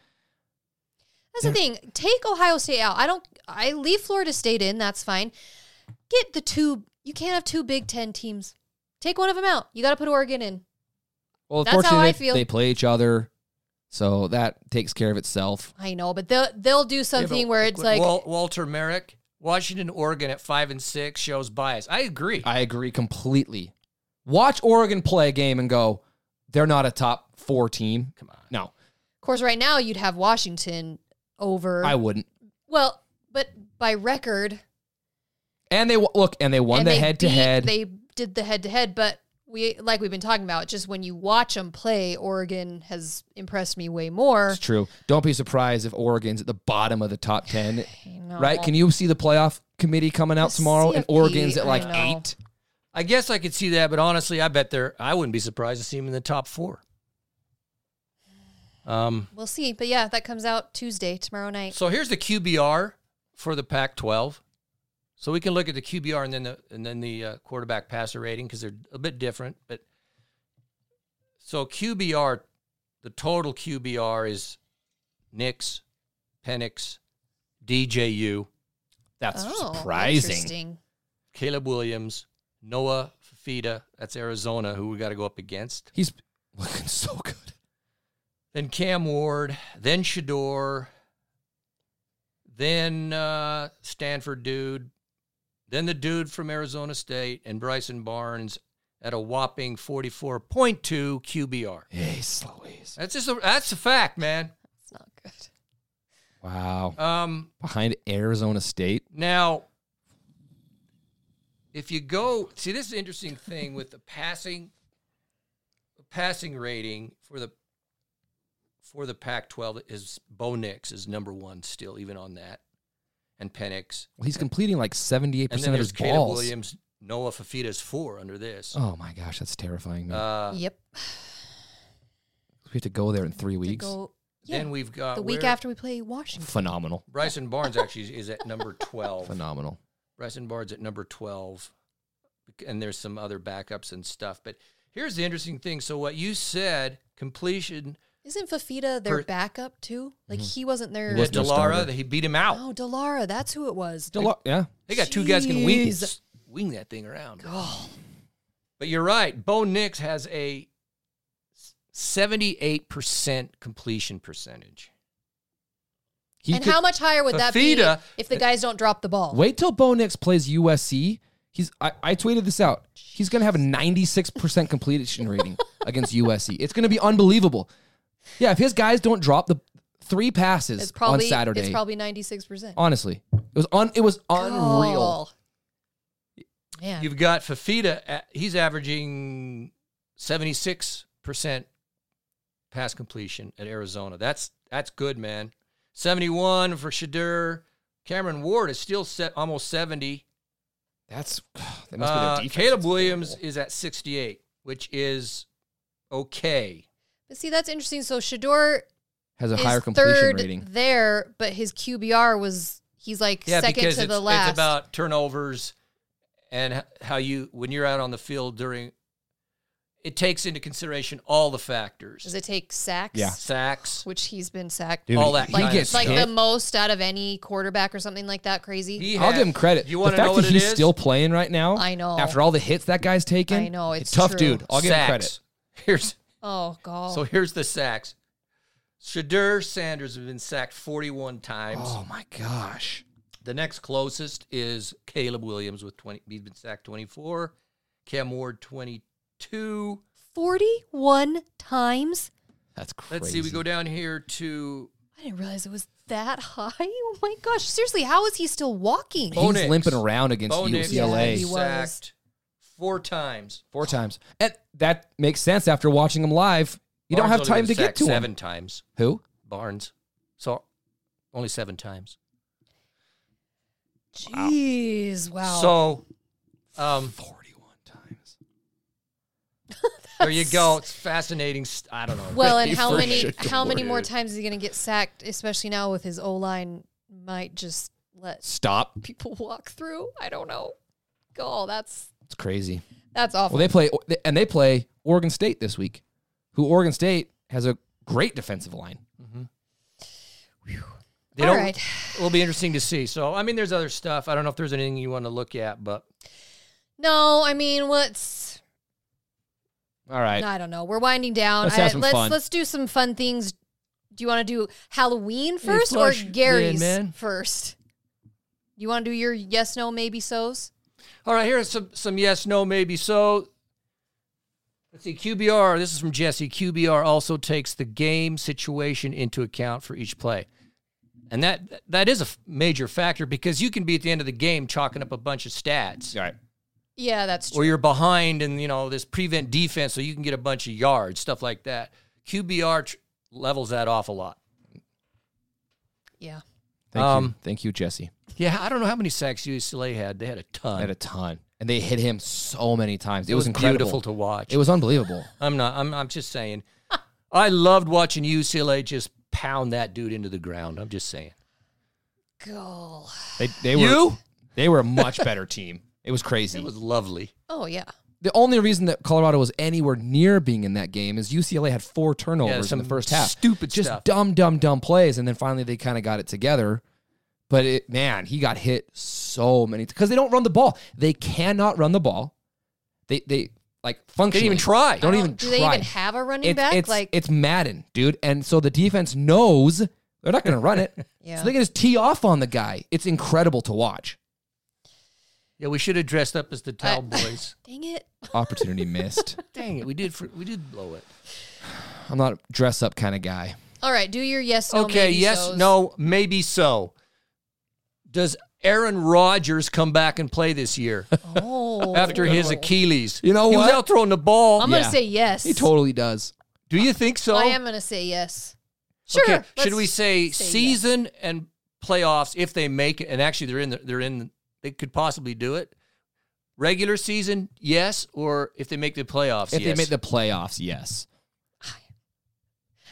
That's the thing. Take Ohio State out. I don't. I leave Florida State in. That's fine. Get the two. You can't have two Big Ten teams. Take one of them out. You got to put Oregon in. Well, That's how unfortunately, I they, feel. they play each other, so that takes care of itself. I know, but they'll they'll do something where it's like Wal- Walter Merrick, Washington, Oregon at five and six shows bias. I agree. I agree completely. Watch Oregon play a game and go, they're not a top four team. Come on, no, Of course, right now you'd have Washington over. I wouldn't. well, but by record, And they w- look, and they won and the they head to head. beat- They did the head to head, but we like we've been talking about. Just when you watch them play, Oregon has impressed me way more. It's true. Don't be surprised if Oregon's at the bottom of the top ten, know. right? Can you see the playoff committee coming out The tomorrow and CFP, Oregon's at I like know. eight? I guess I could see that, but honestly, I bet they're. I wouldn't be surprised to see him in the top four. Um. We'll see, but yeah, that comes out Tuesday tomorrow night. So here's the QBR for the Pac-12. So we can look at the QBR and then the and then the uh, quarterback passer rating because they're a bit different. But so QBR, the total QBR is Nix, Penix, DJU, That's Oh, surprising. interesting. Caleb Williams, Noah Fafita. That's Arizona, who we got to go up against. He's looking so good. then Cam Ward, then Shador, then uh, Stanford dude, then the dude from Arizona State, and Bryson Barnes at a whopping forty-four point two QBR. Yes, Louise. That's just a, that's a fact, man. It's not good. Wow. Um, Behind Arizona State. now, if you go see this is the interesting thing with the passing, the passing rating for the for the Pac-12 is Bo Nix is number one still, even on that, and Penix, Well, he's completing like seventy-eight and percent then of there's his Caleb balls. Williams, Noah Fafita is four under this. Oh my gosh, that's terrifying. Man. Uh, yep. we have to go there in three To weeks. go- yeah, Then we've got the week where- after we play Washington. Phenomenal. Bryson Barnes actually is at number twelve. Phenomenal. Bryson Bard's at number 12, and there's some other backups and stuff. But here's the interesting thing. So, what you said, completion, Isn't Fafita their Per- backup too? Like he wasn't their. Mm-hmm. was that no Delara, starter. he beat him out. Oh, Delara, that's who it was. Del- yeah. They got two guys can wing, Oh, Jeez. wing that thing around. Oh, But you're right. Bo Nix has a 78% completion percentage. He and could- how much higher would that be Fafita- if the guys don't drop the ball? Wait till Bo Nix plays USC. He's I, I tweeted this out. He's gonna have a 96% completion rating against USC. It's gonna be unbelievable. Yeah, if his guys don't drop the three passes it's probably on Saturday. It's probably ninety six percent. honestly. It was un, it was unreal. Man, You've got Fafita, at, he's averaging 76% pass completion at Arizona. That's that's good, man. 71 for Shadur. Cameron Ward is still set almost 70. That's that must be Uh, their defense. Caleb It's Williams horrible. is at 68, which is okay. but see that's interesting. So Shador has a is higher completion third rating. there, but his QBR was he's like Yeah, second because to it's, the last. it's about turnovers and h- how you when you're out on the field during it takes into consideration all the factors. Does it take sacks? Yeah. sacks? Which he's been sacked. Dude, all that he kind of gets like hit. the most out of any quarterback or something like that. Crazy. He I'll had- give him credit. You the want to fact know what that it he's is? still playing right now. I know. After all the hits that guy's taken. I know, it's tough, true. dude. I'll give him credit. Sacks. Here's oh god. so here's the sacks. Shadur Sanders has been sacked 41 times. Oh my gosh. The next closest is Caleb Williams with 20. He's been sacked 24. Cam Ward 22. Forty one times. That's crazy. Let's see. We go down here to I didn't realize it was that high. Oh my gosh! Seriously, how is he still walking? He's Bo Nix. limping around against Bo Nix UCLA. Yeah, he was was. sacked four times. Four times. And that makes sense after watching him live. You don't Barnes have only time was to get sacked to seven him. times. Who? Barnes, so only seven times. Jeez, wow. So, um, 41 times. there you go. It's fascinating. st- I don't know. Well, and how for many shit to how many more work. times is he going to get sacked? Especially now with his O line, might just let Stop. people walk through. I don't know. Oh, that's It's crazy. that's awful. Well, they play, and they play Oregon State this week, who Oregon State has a great defensive line. They All don't, right. It'll be interesting to see. So, I mean, there's other stuff. I don't know if there's anything you want to look at, but no, I mean, what's All right. I don't know. We're winding down. Let's have I- some let's fun. let's do some fun things. Do you want to do Halloween first or flush, Gary's man, man. first? You want to do your yes, no, maybe so's? all right, here's some some yes, no, maybe. So, let's see. QBR. This is from Jesse. QBR also takes the game situation into account for each play, and that that is a f- major factor because you can be at the end of the game chalking up a bunch of stats. All right. Yeah, that's true. or you're behind and you know this prevent defense so you can get a bunch of yards stuff like that qbr tr- levels that off a lot yeah. Thank you. Um, Thank you, Jesse. yeah i don't know how many sacks ucla had they had a I ton had a ton. And they hit him so many times. It, it was, was, incredible. beautiful to watch It was unbelievable. i'm not I'm, I'm just saying i loved watching ucla just pound that dude into the ground i'm just saying Goal. They, they were you they were a much better team. It was crazy. it was lovely Oh yeah. the only reason that Colorado was anywhere near being in that game is UCLA had four turnovers some in the first half. stupid just stuff. dumb, dumb, dumb plays, and then finally they kind of got it together. But it, man, he got hit so many because they don't run the ball. They cannot run the ball. They they like didn't functionally even try Don't even do try. they even have a running it's, back? It's, like it's Madden, dude. And so the defense knows they're not going to run it. Yeah. So they can just tee off on the guy. It's incredible to watch. yeah we should have dressed up as the towel boys Dang it. Opportunity missed. dang it we did for, we did blow it I'm not a dress up kind of guy. All right, do your yes, no, okay, maybe yes, so's. no, maybe so. Does Aaron Rodgers come back and play this year Oh. after his Achilles? You know he what? was out throwing the ball. I'm Yeah. gonna say yes. He totally does. Do you think so? I am gonna say yes. Sure. Okay, should let's- we say, say yes. season and playoffs if they make it? And actually, they're in. The, they're in. They could possibly do it. Regular season, yes, or if they make the playoffs, If yes. they made the playoffs, yes.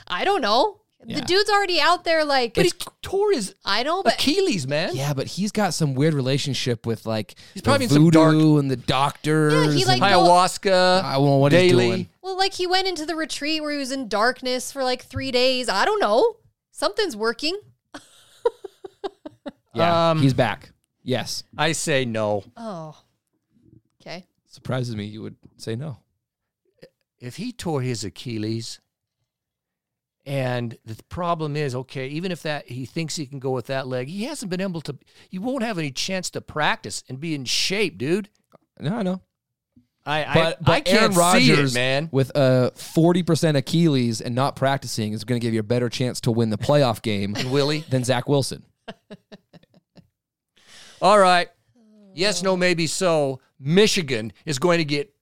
I don't know. Yeah. The dude's already out there. Like but he tore his I know, but Achilles, man. Yeah, but he's got some weird relationship with like He's probably in the some voodoo dark- and the doctors. Yeah, he, like, and- Ayahuasca. I don't know what daily. he's doing. well, like he went into the retreat where he was in darkness for like three days. I don't know. Something's working. Yeah, Um, he's back. Yes, I say no. Oh. Okay. surprises me you would say no. if he tore his Achilles, and the th- problem is, okay, even if that he thinks he can go with that leg, he hasn't been able to. You won't have any chance to practice and be in shape, dude. No, I know. I But, I, but I can't Aaron Rodgers, see it, man. with a forty percent Achilles and not practicing is going to give you a better chance to win the playoff game Willie, than Zach Wilson. all right, yes, no, maybe so. Michigan is going to get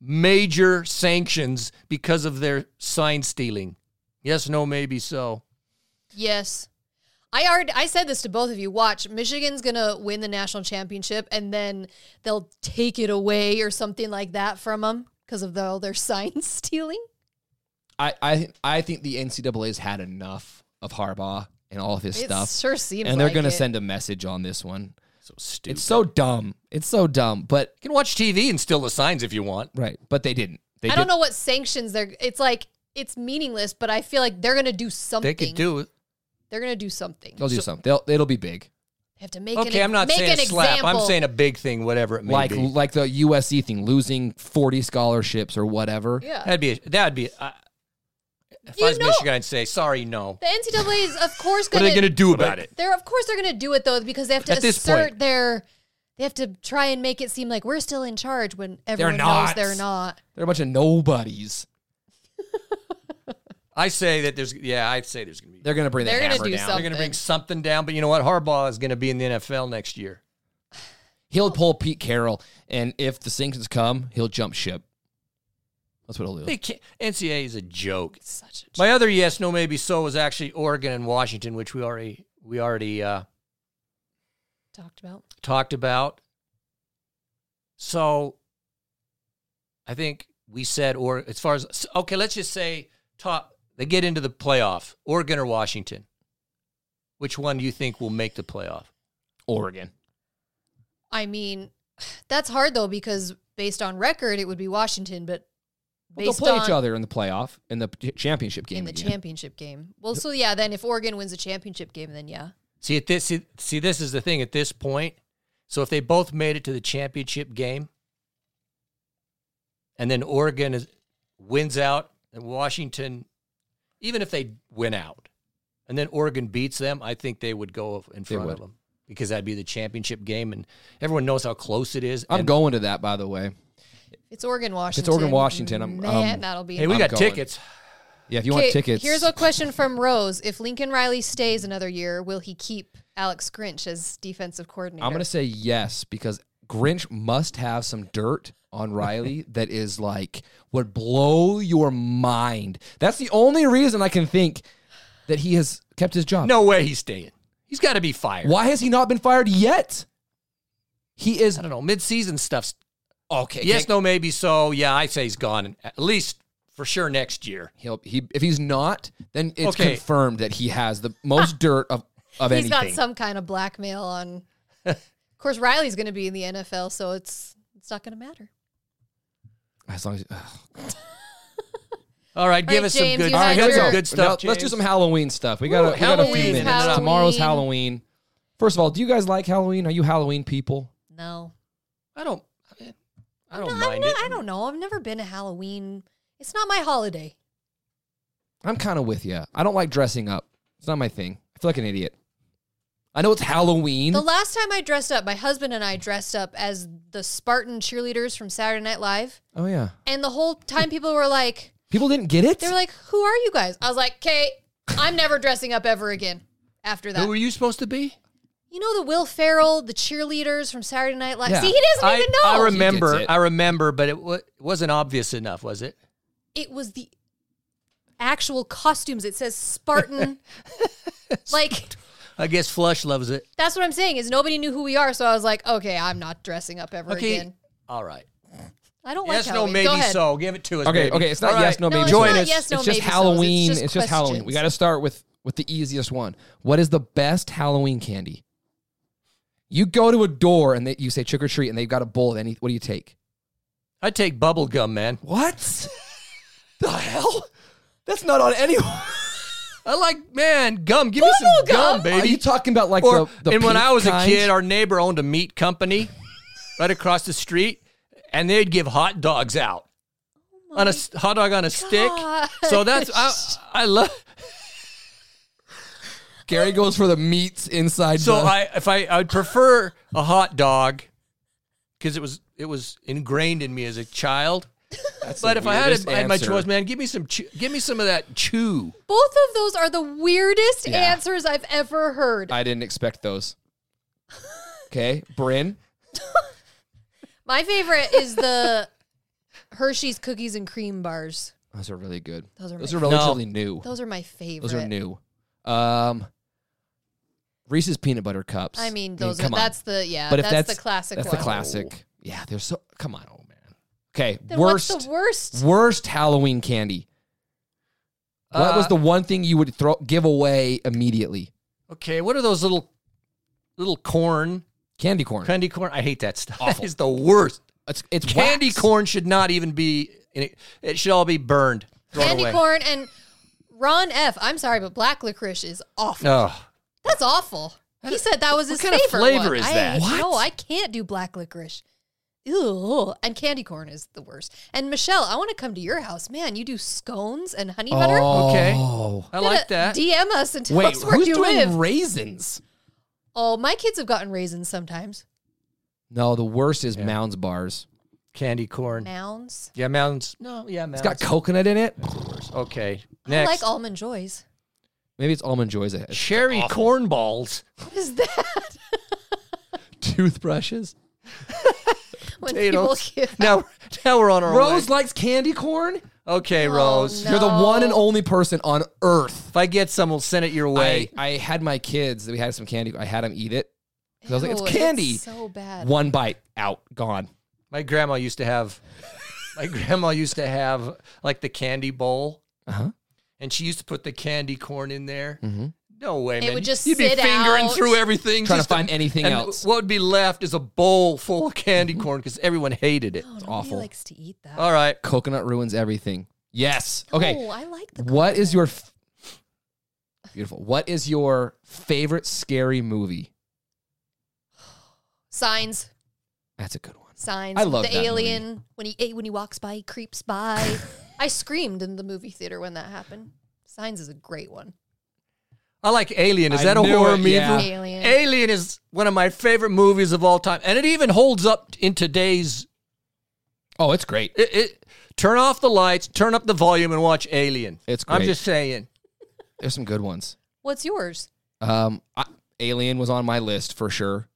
major sanctions because of their sign stealing. Yes, no, maybe so. Yes. I already I said this to both of you. Watch, Michigan's gonna win the national championship, and then they'll take it away or something like that from them because of the, all their sign stealing. I, I I think the NCAA's had enough of Harbaugh and all of his It stuff, sure seems. and they're like going to it. send a message on this one. So stupid. It's so dumb. It's so dumb. But you can watch TV and steal the signs if you want. right, but they didn't. They I don't did- know what sanctions they're. It's like it's meaningless, but I feel like they're gonna do something. They could do it. They're gonna do something. They They'll do something. They'll it'll be big, have to make. Okay, an, I'm not make saying an a slap. Example. I'm saying a big thing, whatever it may like be. like the USC thing, losing forty scholarships or whatever. yeah. That'd be that'd be. Uh, if You I was know- Michigan, I'd say sorry, no. The NCAA is of course What gonna. are they going to do about it? They're of course they're going to do it though because they have to At this assert point. their. They have to try and make it seem like we're still in charge when everyone knows not. they're not. They're a bunch of nobodies. I say that there's yeah, I'd say there's going to be They're going to bring the They're gonna hammer do down. something. they're going to bring something down. But you know what? Harbaugh is going to be in the NFL next year. He'll pull Pete Carroll, and if the sanctions come, he'll jump ship. That's what he'll do. They can't, NCAA is a joke. Such a My other yes, no, maybe so was actually Oregon and Washington, which we already we already uh, talked about. talked about. So I think we said, or as far as, okay, let's just say top, they get into the playoff, Oregon or Washington. Which one do you think will make the playoff? Oregon. I mean, that's hard though because based on record, it would be Washington, but Well, they'll based play on each other in the playoff in the p- championship game. in the again. championship game. Well, so yeah, then if Oregon wins the championship game, then yeah, See, at this, see, see, this is the thing at this point. So if they both made it to the championship game and then Oregon is, wins out and Washington, even if they win out and then Oregon beats them, I think they would go in front of would. them because that'd be the championship game. And everyone knows how close it is. I'm and, going to that, by the way. it's Oregon Washington. Oregon, Washington, I'm- man, um, that'll be. Hey, we I'm got going. tickets. Yeah, if you want Okay, tickets, Here's a question from Rose: If Lincoln Riley stays another year, will he keep Alex Grinch as defensive coordinator? I'm going to say yes because Grinch must have some dirt on Riley that is like would blow your mind. That's the only reason I can think that he has kept his job. No way he's staying. He's got to be fired. why has he not been fired yet? He is I don't know. Mid-season stuff's okay. yes, can't- no, maybe so. Yeah, I say he's gone at least for sure next year. He'll he if he's not, then it's Okay. confirmed that he has the most dirt of of He's got anything. some kind of blackmail on. of course, Riley's going to be in the NFL, so it's it's not going to matter. as long as ugh. All right, give right, us James, some good. you All right, have here's your- some Now, good stuff. let's do James. some Halloween stuff. We got, a, we got a few Halloween, minutes. Halloween. Tomorrow's Halloween. First of all, do you guys like Halloween? Are you Halloween people? No, I don't. I don't no, I'm mind not, it. I don't know. I've never been a Halloween. It's not my holiday. I'm kind of with you. I don't like dressing up. It's not my thing. I feel like an idiot. I know it's Halloween. The Mm-hmm. last time I dressed up, my husband and I dressed up as the Spartan cheerleaders from Saturday Night Live, oh yeah. and the whole time people were like, People didn't get it. "They were like, who are you guys?" I was like, "Kate, I'm never dressing up ever again." After that, Who were you supposed to be? you know the Will Ferrell, the cheerleaders from Saturday Night Live. Yeah. See, he doesn't I, even know. I He remember. gets it. I remember, but it w- wasn't obvious enough, was it? it was the actual costumes. It says Spartan. like I guess Flush loves it. that's what I'm saying is nobody knew who we are, so I was like, okay, I'm not dressing up ever Okay. again. All right. I don't like Yes, no, Halloween. maybe Go ahead. so. Give it to us. okay, baby. okay. It's not All yes, right. no, No, maybe. it's so. not It's yes, no, just maybe so. It's Halloween. just It's just Halloween. We questions. got to start with with the easiest one. What is the best Halloween candy? You go to a door and they, you say trick or treat, and they've got a bowl of any. What do you take? I take bubble gum, man. What? the hell? That's not on anyone. I like man gum. Give me some Bubble gum? gum, Are baby. you talking about like the, or the and when pink I was kind? a kid, our neighbor owned a meat company right across the street, and they'd give hot dogs out Oh on a s- hot dog on a stick. So that's I, I love. Gary goes for the meats inside. So the, I if I I'd prefer a hot dog because it was it was ingrained in me as a child. but if I had, weirdest a, I had my answer. choice, man, give me some chew, give me some of that chew. Both of those are the weirdest Yeah. answers I've ever heard. I didn't expect those. Okay, Bryn. My favorite is the Hershey's cookies and cream bars. Those are really good. Those are Those my- are relatively new. Those are my favorite. Those are new. Um, Reese's peanut butter cups. I mean, those come are on. that's the yeah, But if that's, that's- the classic that's one. the classic. Yeah, they're so. Come on, oh man. Okay, Then worst Mm, what's the worst? worst Halloween candy. What was Uh, the one thing you would throw give away immediately? Okay, what are those little little corn Candy corn. candy corn? I hate that stuff. It's the worst. It's, it's Candy wax. corn should not even be. in It, it should all be burned. Thrown Candy away. corn and Ron F. I'm sorry, but black licorice is awful. Oh, That's awful. He said that was his kind of favorite. flavor one. is I- that? What? No, I can't do black licorice. Ew. And candy corn is the worst. And Michelle, I want to come to your house. Man, you do scones and honey butter. okay. Oh. I You gotta like that. DM us and tell Wait, us where who's you doing live. raisins? oh, my kids have gotten raisins sometimes. No, the worst is Mounds bars. Candy corn. Mounds. Yeah, mounds. No, yeah, mounds. It's got coconut in it. okay. I Next, like almond joys. Maybe it's almond joys. It has cherry corn balls. What is that? toothbrushes. when potatoes. people give Now, now we're on our Rose way. likes candy corn. Okay, Oh, Rose. no. You're the one and only person on earth. If I get some, we'll send it your I, way. I had my kids. We had some candy. I had them eat it. 'Cause I was like, Ew, it's candy. Oh, so bad. One bite out, gone. my grandma used to have. my grandma used to have like the candy bowl, Uh huh. and she used to put the candy corn in there. No way, man. would just You'd be sit fingering out. Oh, through everything, Trying to just find anything and else. What would be left is a bowl full of candy corn because everyone hated it. Oh, nobody awful. likes to eat that. All right, Coconut ruins everything. Yes. Okay. Oh, I like the. What is your f- beautiful? What is your favorite scary movie? Signs. That's a good one. Signs. I love the that movie. alien when he eh, when he walks by, he creeps by. I screamed in the movie theater when that happened. Signs is a great one. I like Alien. Is I that a knew horror it, movie? yeah. Alien. Alien is one of my favorite movies of all time, and it even holds up in today's. Oh, it's great. It, it turn off the lights, turn up the volume, and watch Alien. It's I'm great. just saying. There's some good ones. What's yours? Um, I, Alien was on my list for sure.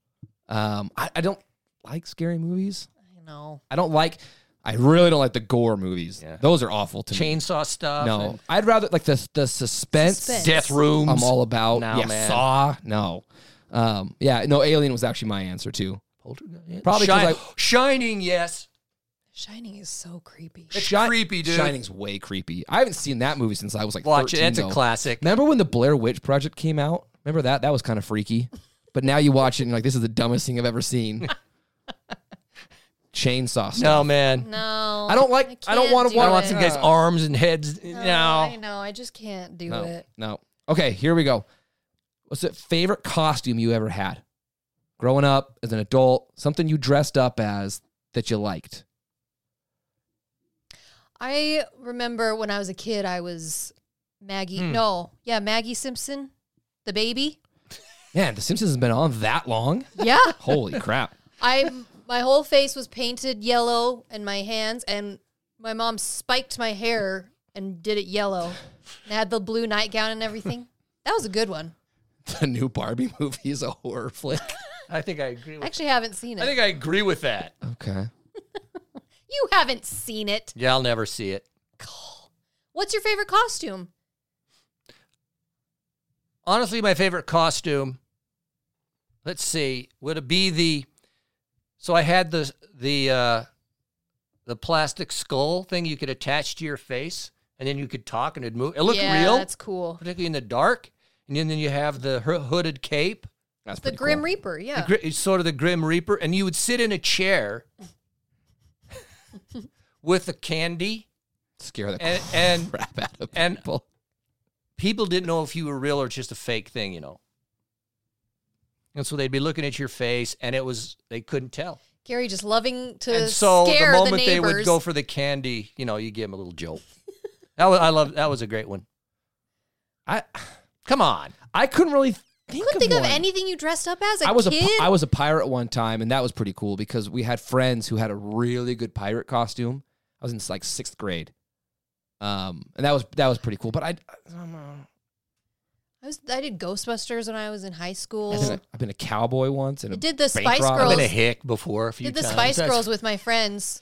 Um, I, I don't like scary movies. I know. I don't like. I really don't like the gore movies. Yeah. Those are awful to me. Chainsaw stuff. No, and I'd rather like the the suspense. Suspense. death rooms. I'm all about. Nah, yeah, man. Saw. No. Um, yeah, no. Alien was actually my answer too. Poltergeist. Probably 'cause Shi- I- Shining. Yes, Shining is so creepy. it's Shi- creepy, dude. Shining's way creepy. I haven't seen that movie since I was like Watch 13, it. It's a though. classic. Remember when the Blair Witch Project came out? Remember that? That was kind of freaky. But now you watch it and you're like, this is the dumbest thing I've ever seen. Chainsaw stuff. No man. No, I don't like- I don't can't wanna do I don't want it. some guys' arms and heads. No. No, I know. I just can't do No, it. no. Okay, here we go. What's the favorite costume you ever had? Growing up as an adult, something you dressed up as that you liked. I remember when I was a kid, I was Maggie. Hmm. No, yeah, Maggie Simpson, the baby. Man, The Simpsons has been on that long. Yeah, Holy crap. I my whole face was painted yellow, and my hands, and my mom spiked my hair and did it yellow, and had the blue nightgown and everything. That was a good one. The new Barbie movie is a horror flick. I think I agree. I With, actually haven't seen I it. think I agree with that. Okay. You haven't seen it. Yeah, I'll never see it. What's your favorite costume? honestly, my favorite costume. Let's see, would it be the? So I had the the uh, the plastic skull thing you could attach to your face, and then you could talk and it'd move. It looked yeah, real, That's cool. particularly in the dark. And then, then you have the ho- hooded cape. That's The pretty Grim cool. Reaper. Yeah. The gri- it's sort of the Grim Reaper, and you would sit in a chair with a candy, Scare the and and crap out of and- people. people didn't know if you were real or just a fake thing, you know. And so they'd be looking at your face, and it was they couldn't tell. Gary just loving to and so the scare the, moment they neighbors. would go for the candy, you know, you give them a little jolt. that was, I love that was a great one. I Come on, I couldn't really think couldn't of think of one. anything you dressed up as. A I was a kid. pi- I was a pirate one time, and that was pretty cool because we had friends who had a really good pirate costume. I was in like sixth grade, um, and that was that was pretty cool. But I, I was- I did Ghostbusters when I was in high school. I've been a, I've been a cowboy once, and I a did the bank Spice robber. I've been a Girls. hick before a few Did the times. Spice That's- Girls with my friends.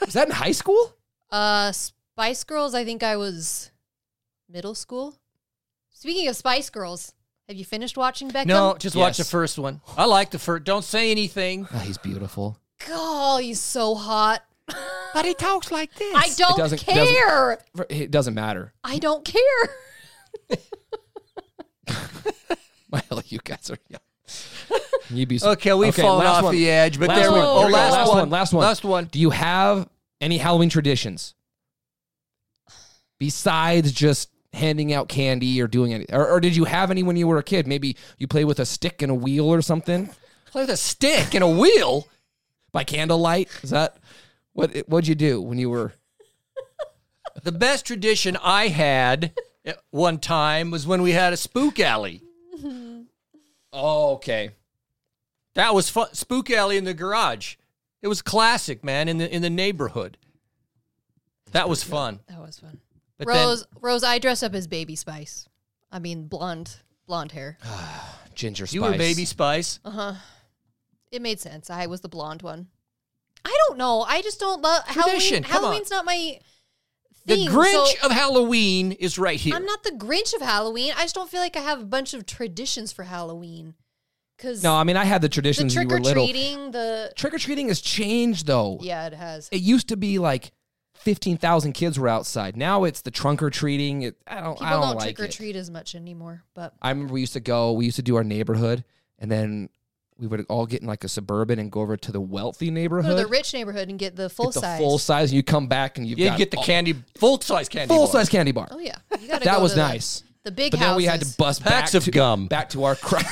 Was that in high school? Uh, Spice Girls. I think I was middle school. Speaking of Spice Girls, have you finished watching Beckham? No, just watch the Yes. first one. I like the first. Don't say anything. Oh, he's beautiful. God, he's so hot. But he talks like this. I don't doesn't- care. doesn't- It doesn't matter. I don't care. Well, you guys are. Yeah. You'd be Okay, we've fallen last off one. the edge, but Last there we one. go. Here Oh, we go. last, last one. Last one. Last one. Do you have any Halloween traditions besides just handing out candy or doing any? Or, or did you have any when you were a kid? Maybe you play with a stick and a wheel or something Play with a stick and a wheel. by candlelight. Is that what? What'd you do when you were? The best tradition I had at one time was when we had a spook alley. Oh, okay. That was fun. Spook alley in the garage. It was classic, man. In the in the neighborhood. That was fun. That was fun. But then- Rose, Rose, I dress up as Baby Spice. I mean, blonde, blonde hair. Ginger spice. you were baby spice. It made sense. I was the blonde one. I don't know. I just don't love Halloween. Tradition, come on. Halloween's not my The thing. Grinch so of Halloween is right here. Uh-huh. I'm not the Grinch of Halloween. I just don't feel like I have a bunch of traditions for Halloween. Cause No, I mean I had the the traditions when trick you were or little. treating, the Trick or treating has changed though. yeah, it has. It used to be like fifteen thousand kids were outside. Now it's the trunk or treating. It, I don't. People I don't, don't, like trick or it. treat as much anymore. But I remember we used to go, we used to do our neighborhood, and then we would all get in like a suburban and go over to the wealthy go neighborhood. to Oh, the rich neighborhood and get the full get the size. full size, and you come back and you've you got get the all- candy, full size candy. full bar. size candy bar. Oh yeah, you gotta that go was to the- nice. The big But then we had to houses. bust Packs back of to, gum. back to our crowd.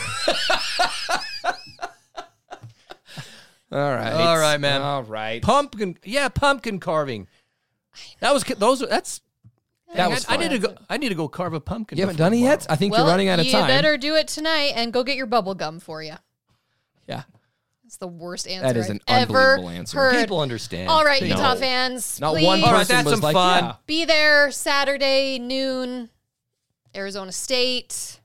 all right, All right, man. All right, Pumpkin, yeah, pumpkin carving. That was those. are- That's that was. I, Fun. need to go. I need to go carve a pumpkin. You haven't before done it tomorrow. yet. I think Well, you're running out of you time. better do it tonight and go get your bubble gum for you. yeah. That's the worst answer is an I've ever unbelievable answer. heard. People understand. All right, They Utah know. fans, Not please one person All right, that's was some like, fun. yeah. be there Saturday noon, Arizona State.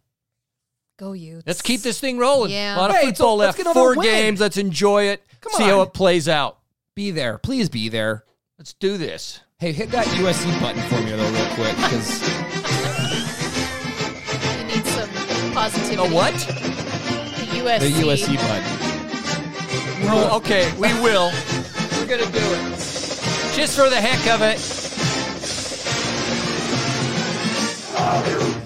Go you. Let's keep this thing rolling. Yeah. A lot of Hey, football let's left. get another Four win. games. Let's enjoy it. Come See how on. it plays out. Be there, please. Be there. Let's do this. Hey, hit that USC button for me though, real quick, because. We need some positivity. The what? The USC. The USC button. Oh, okay, we will. We're gonna do it just for the heck of it.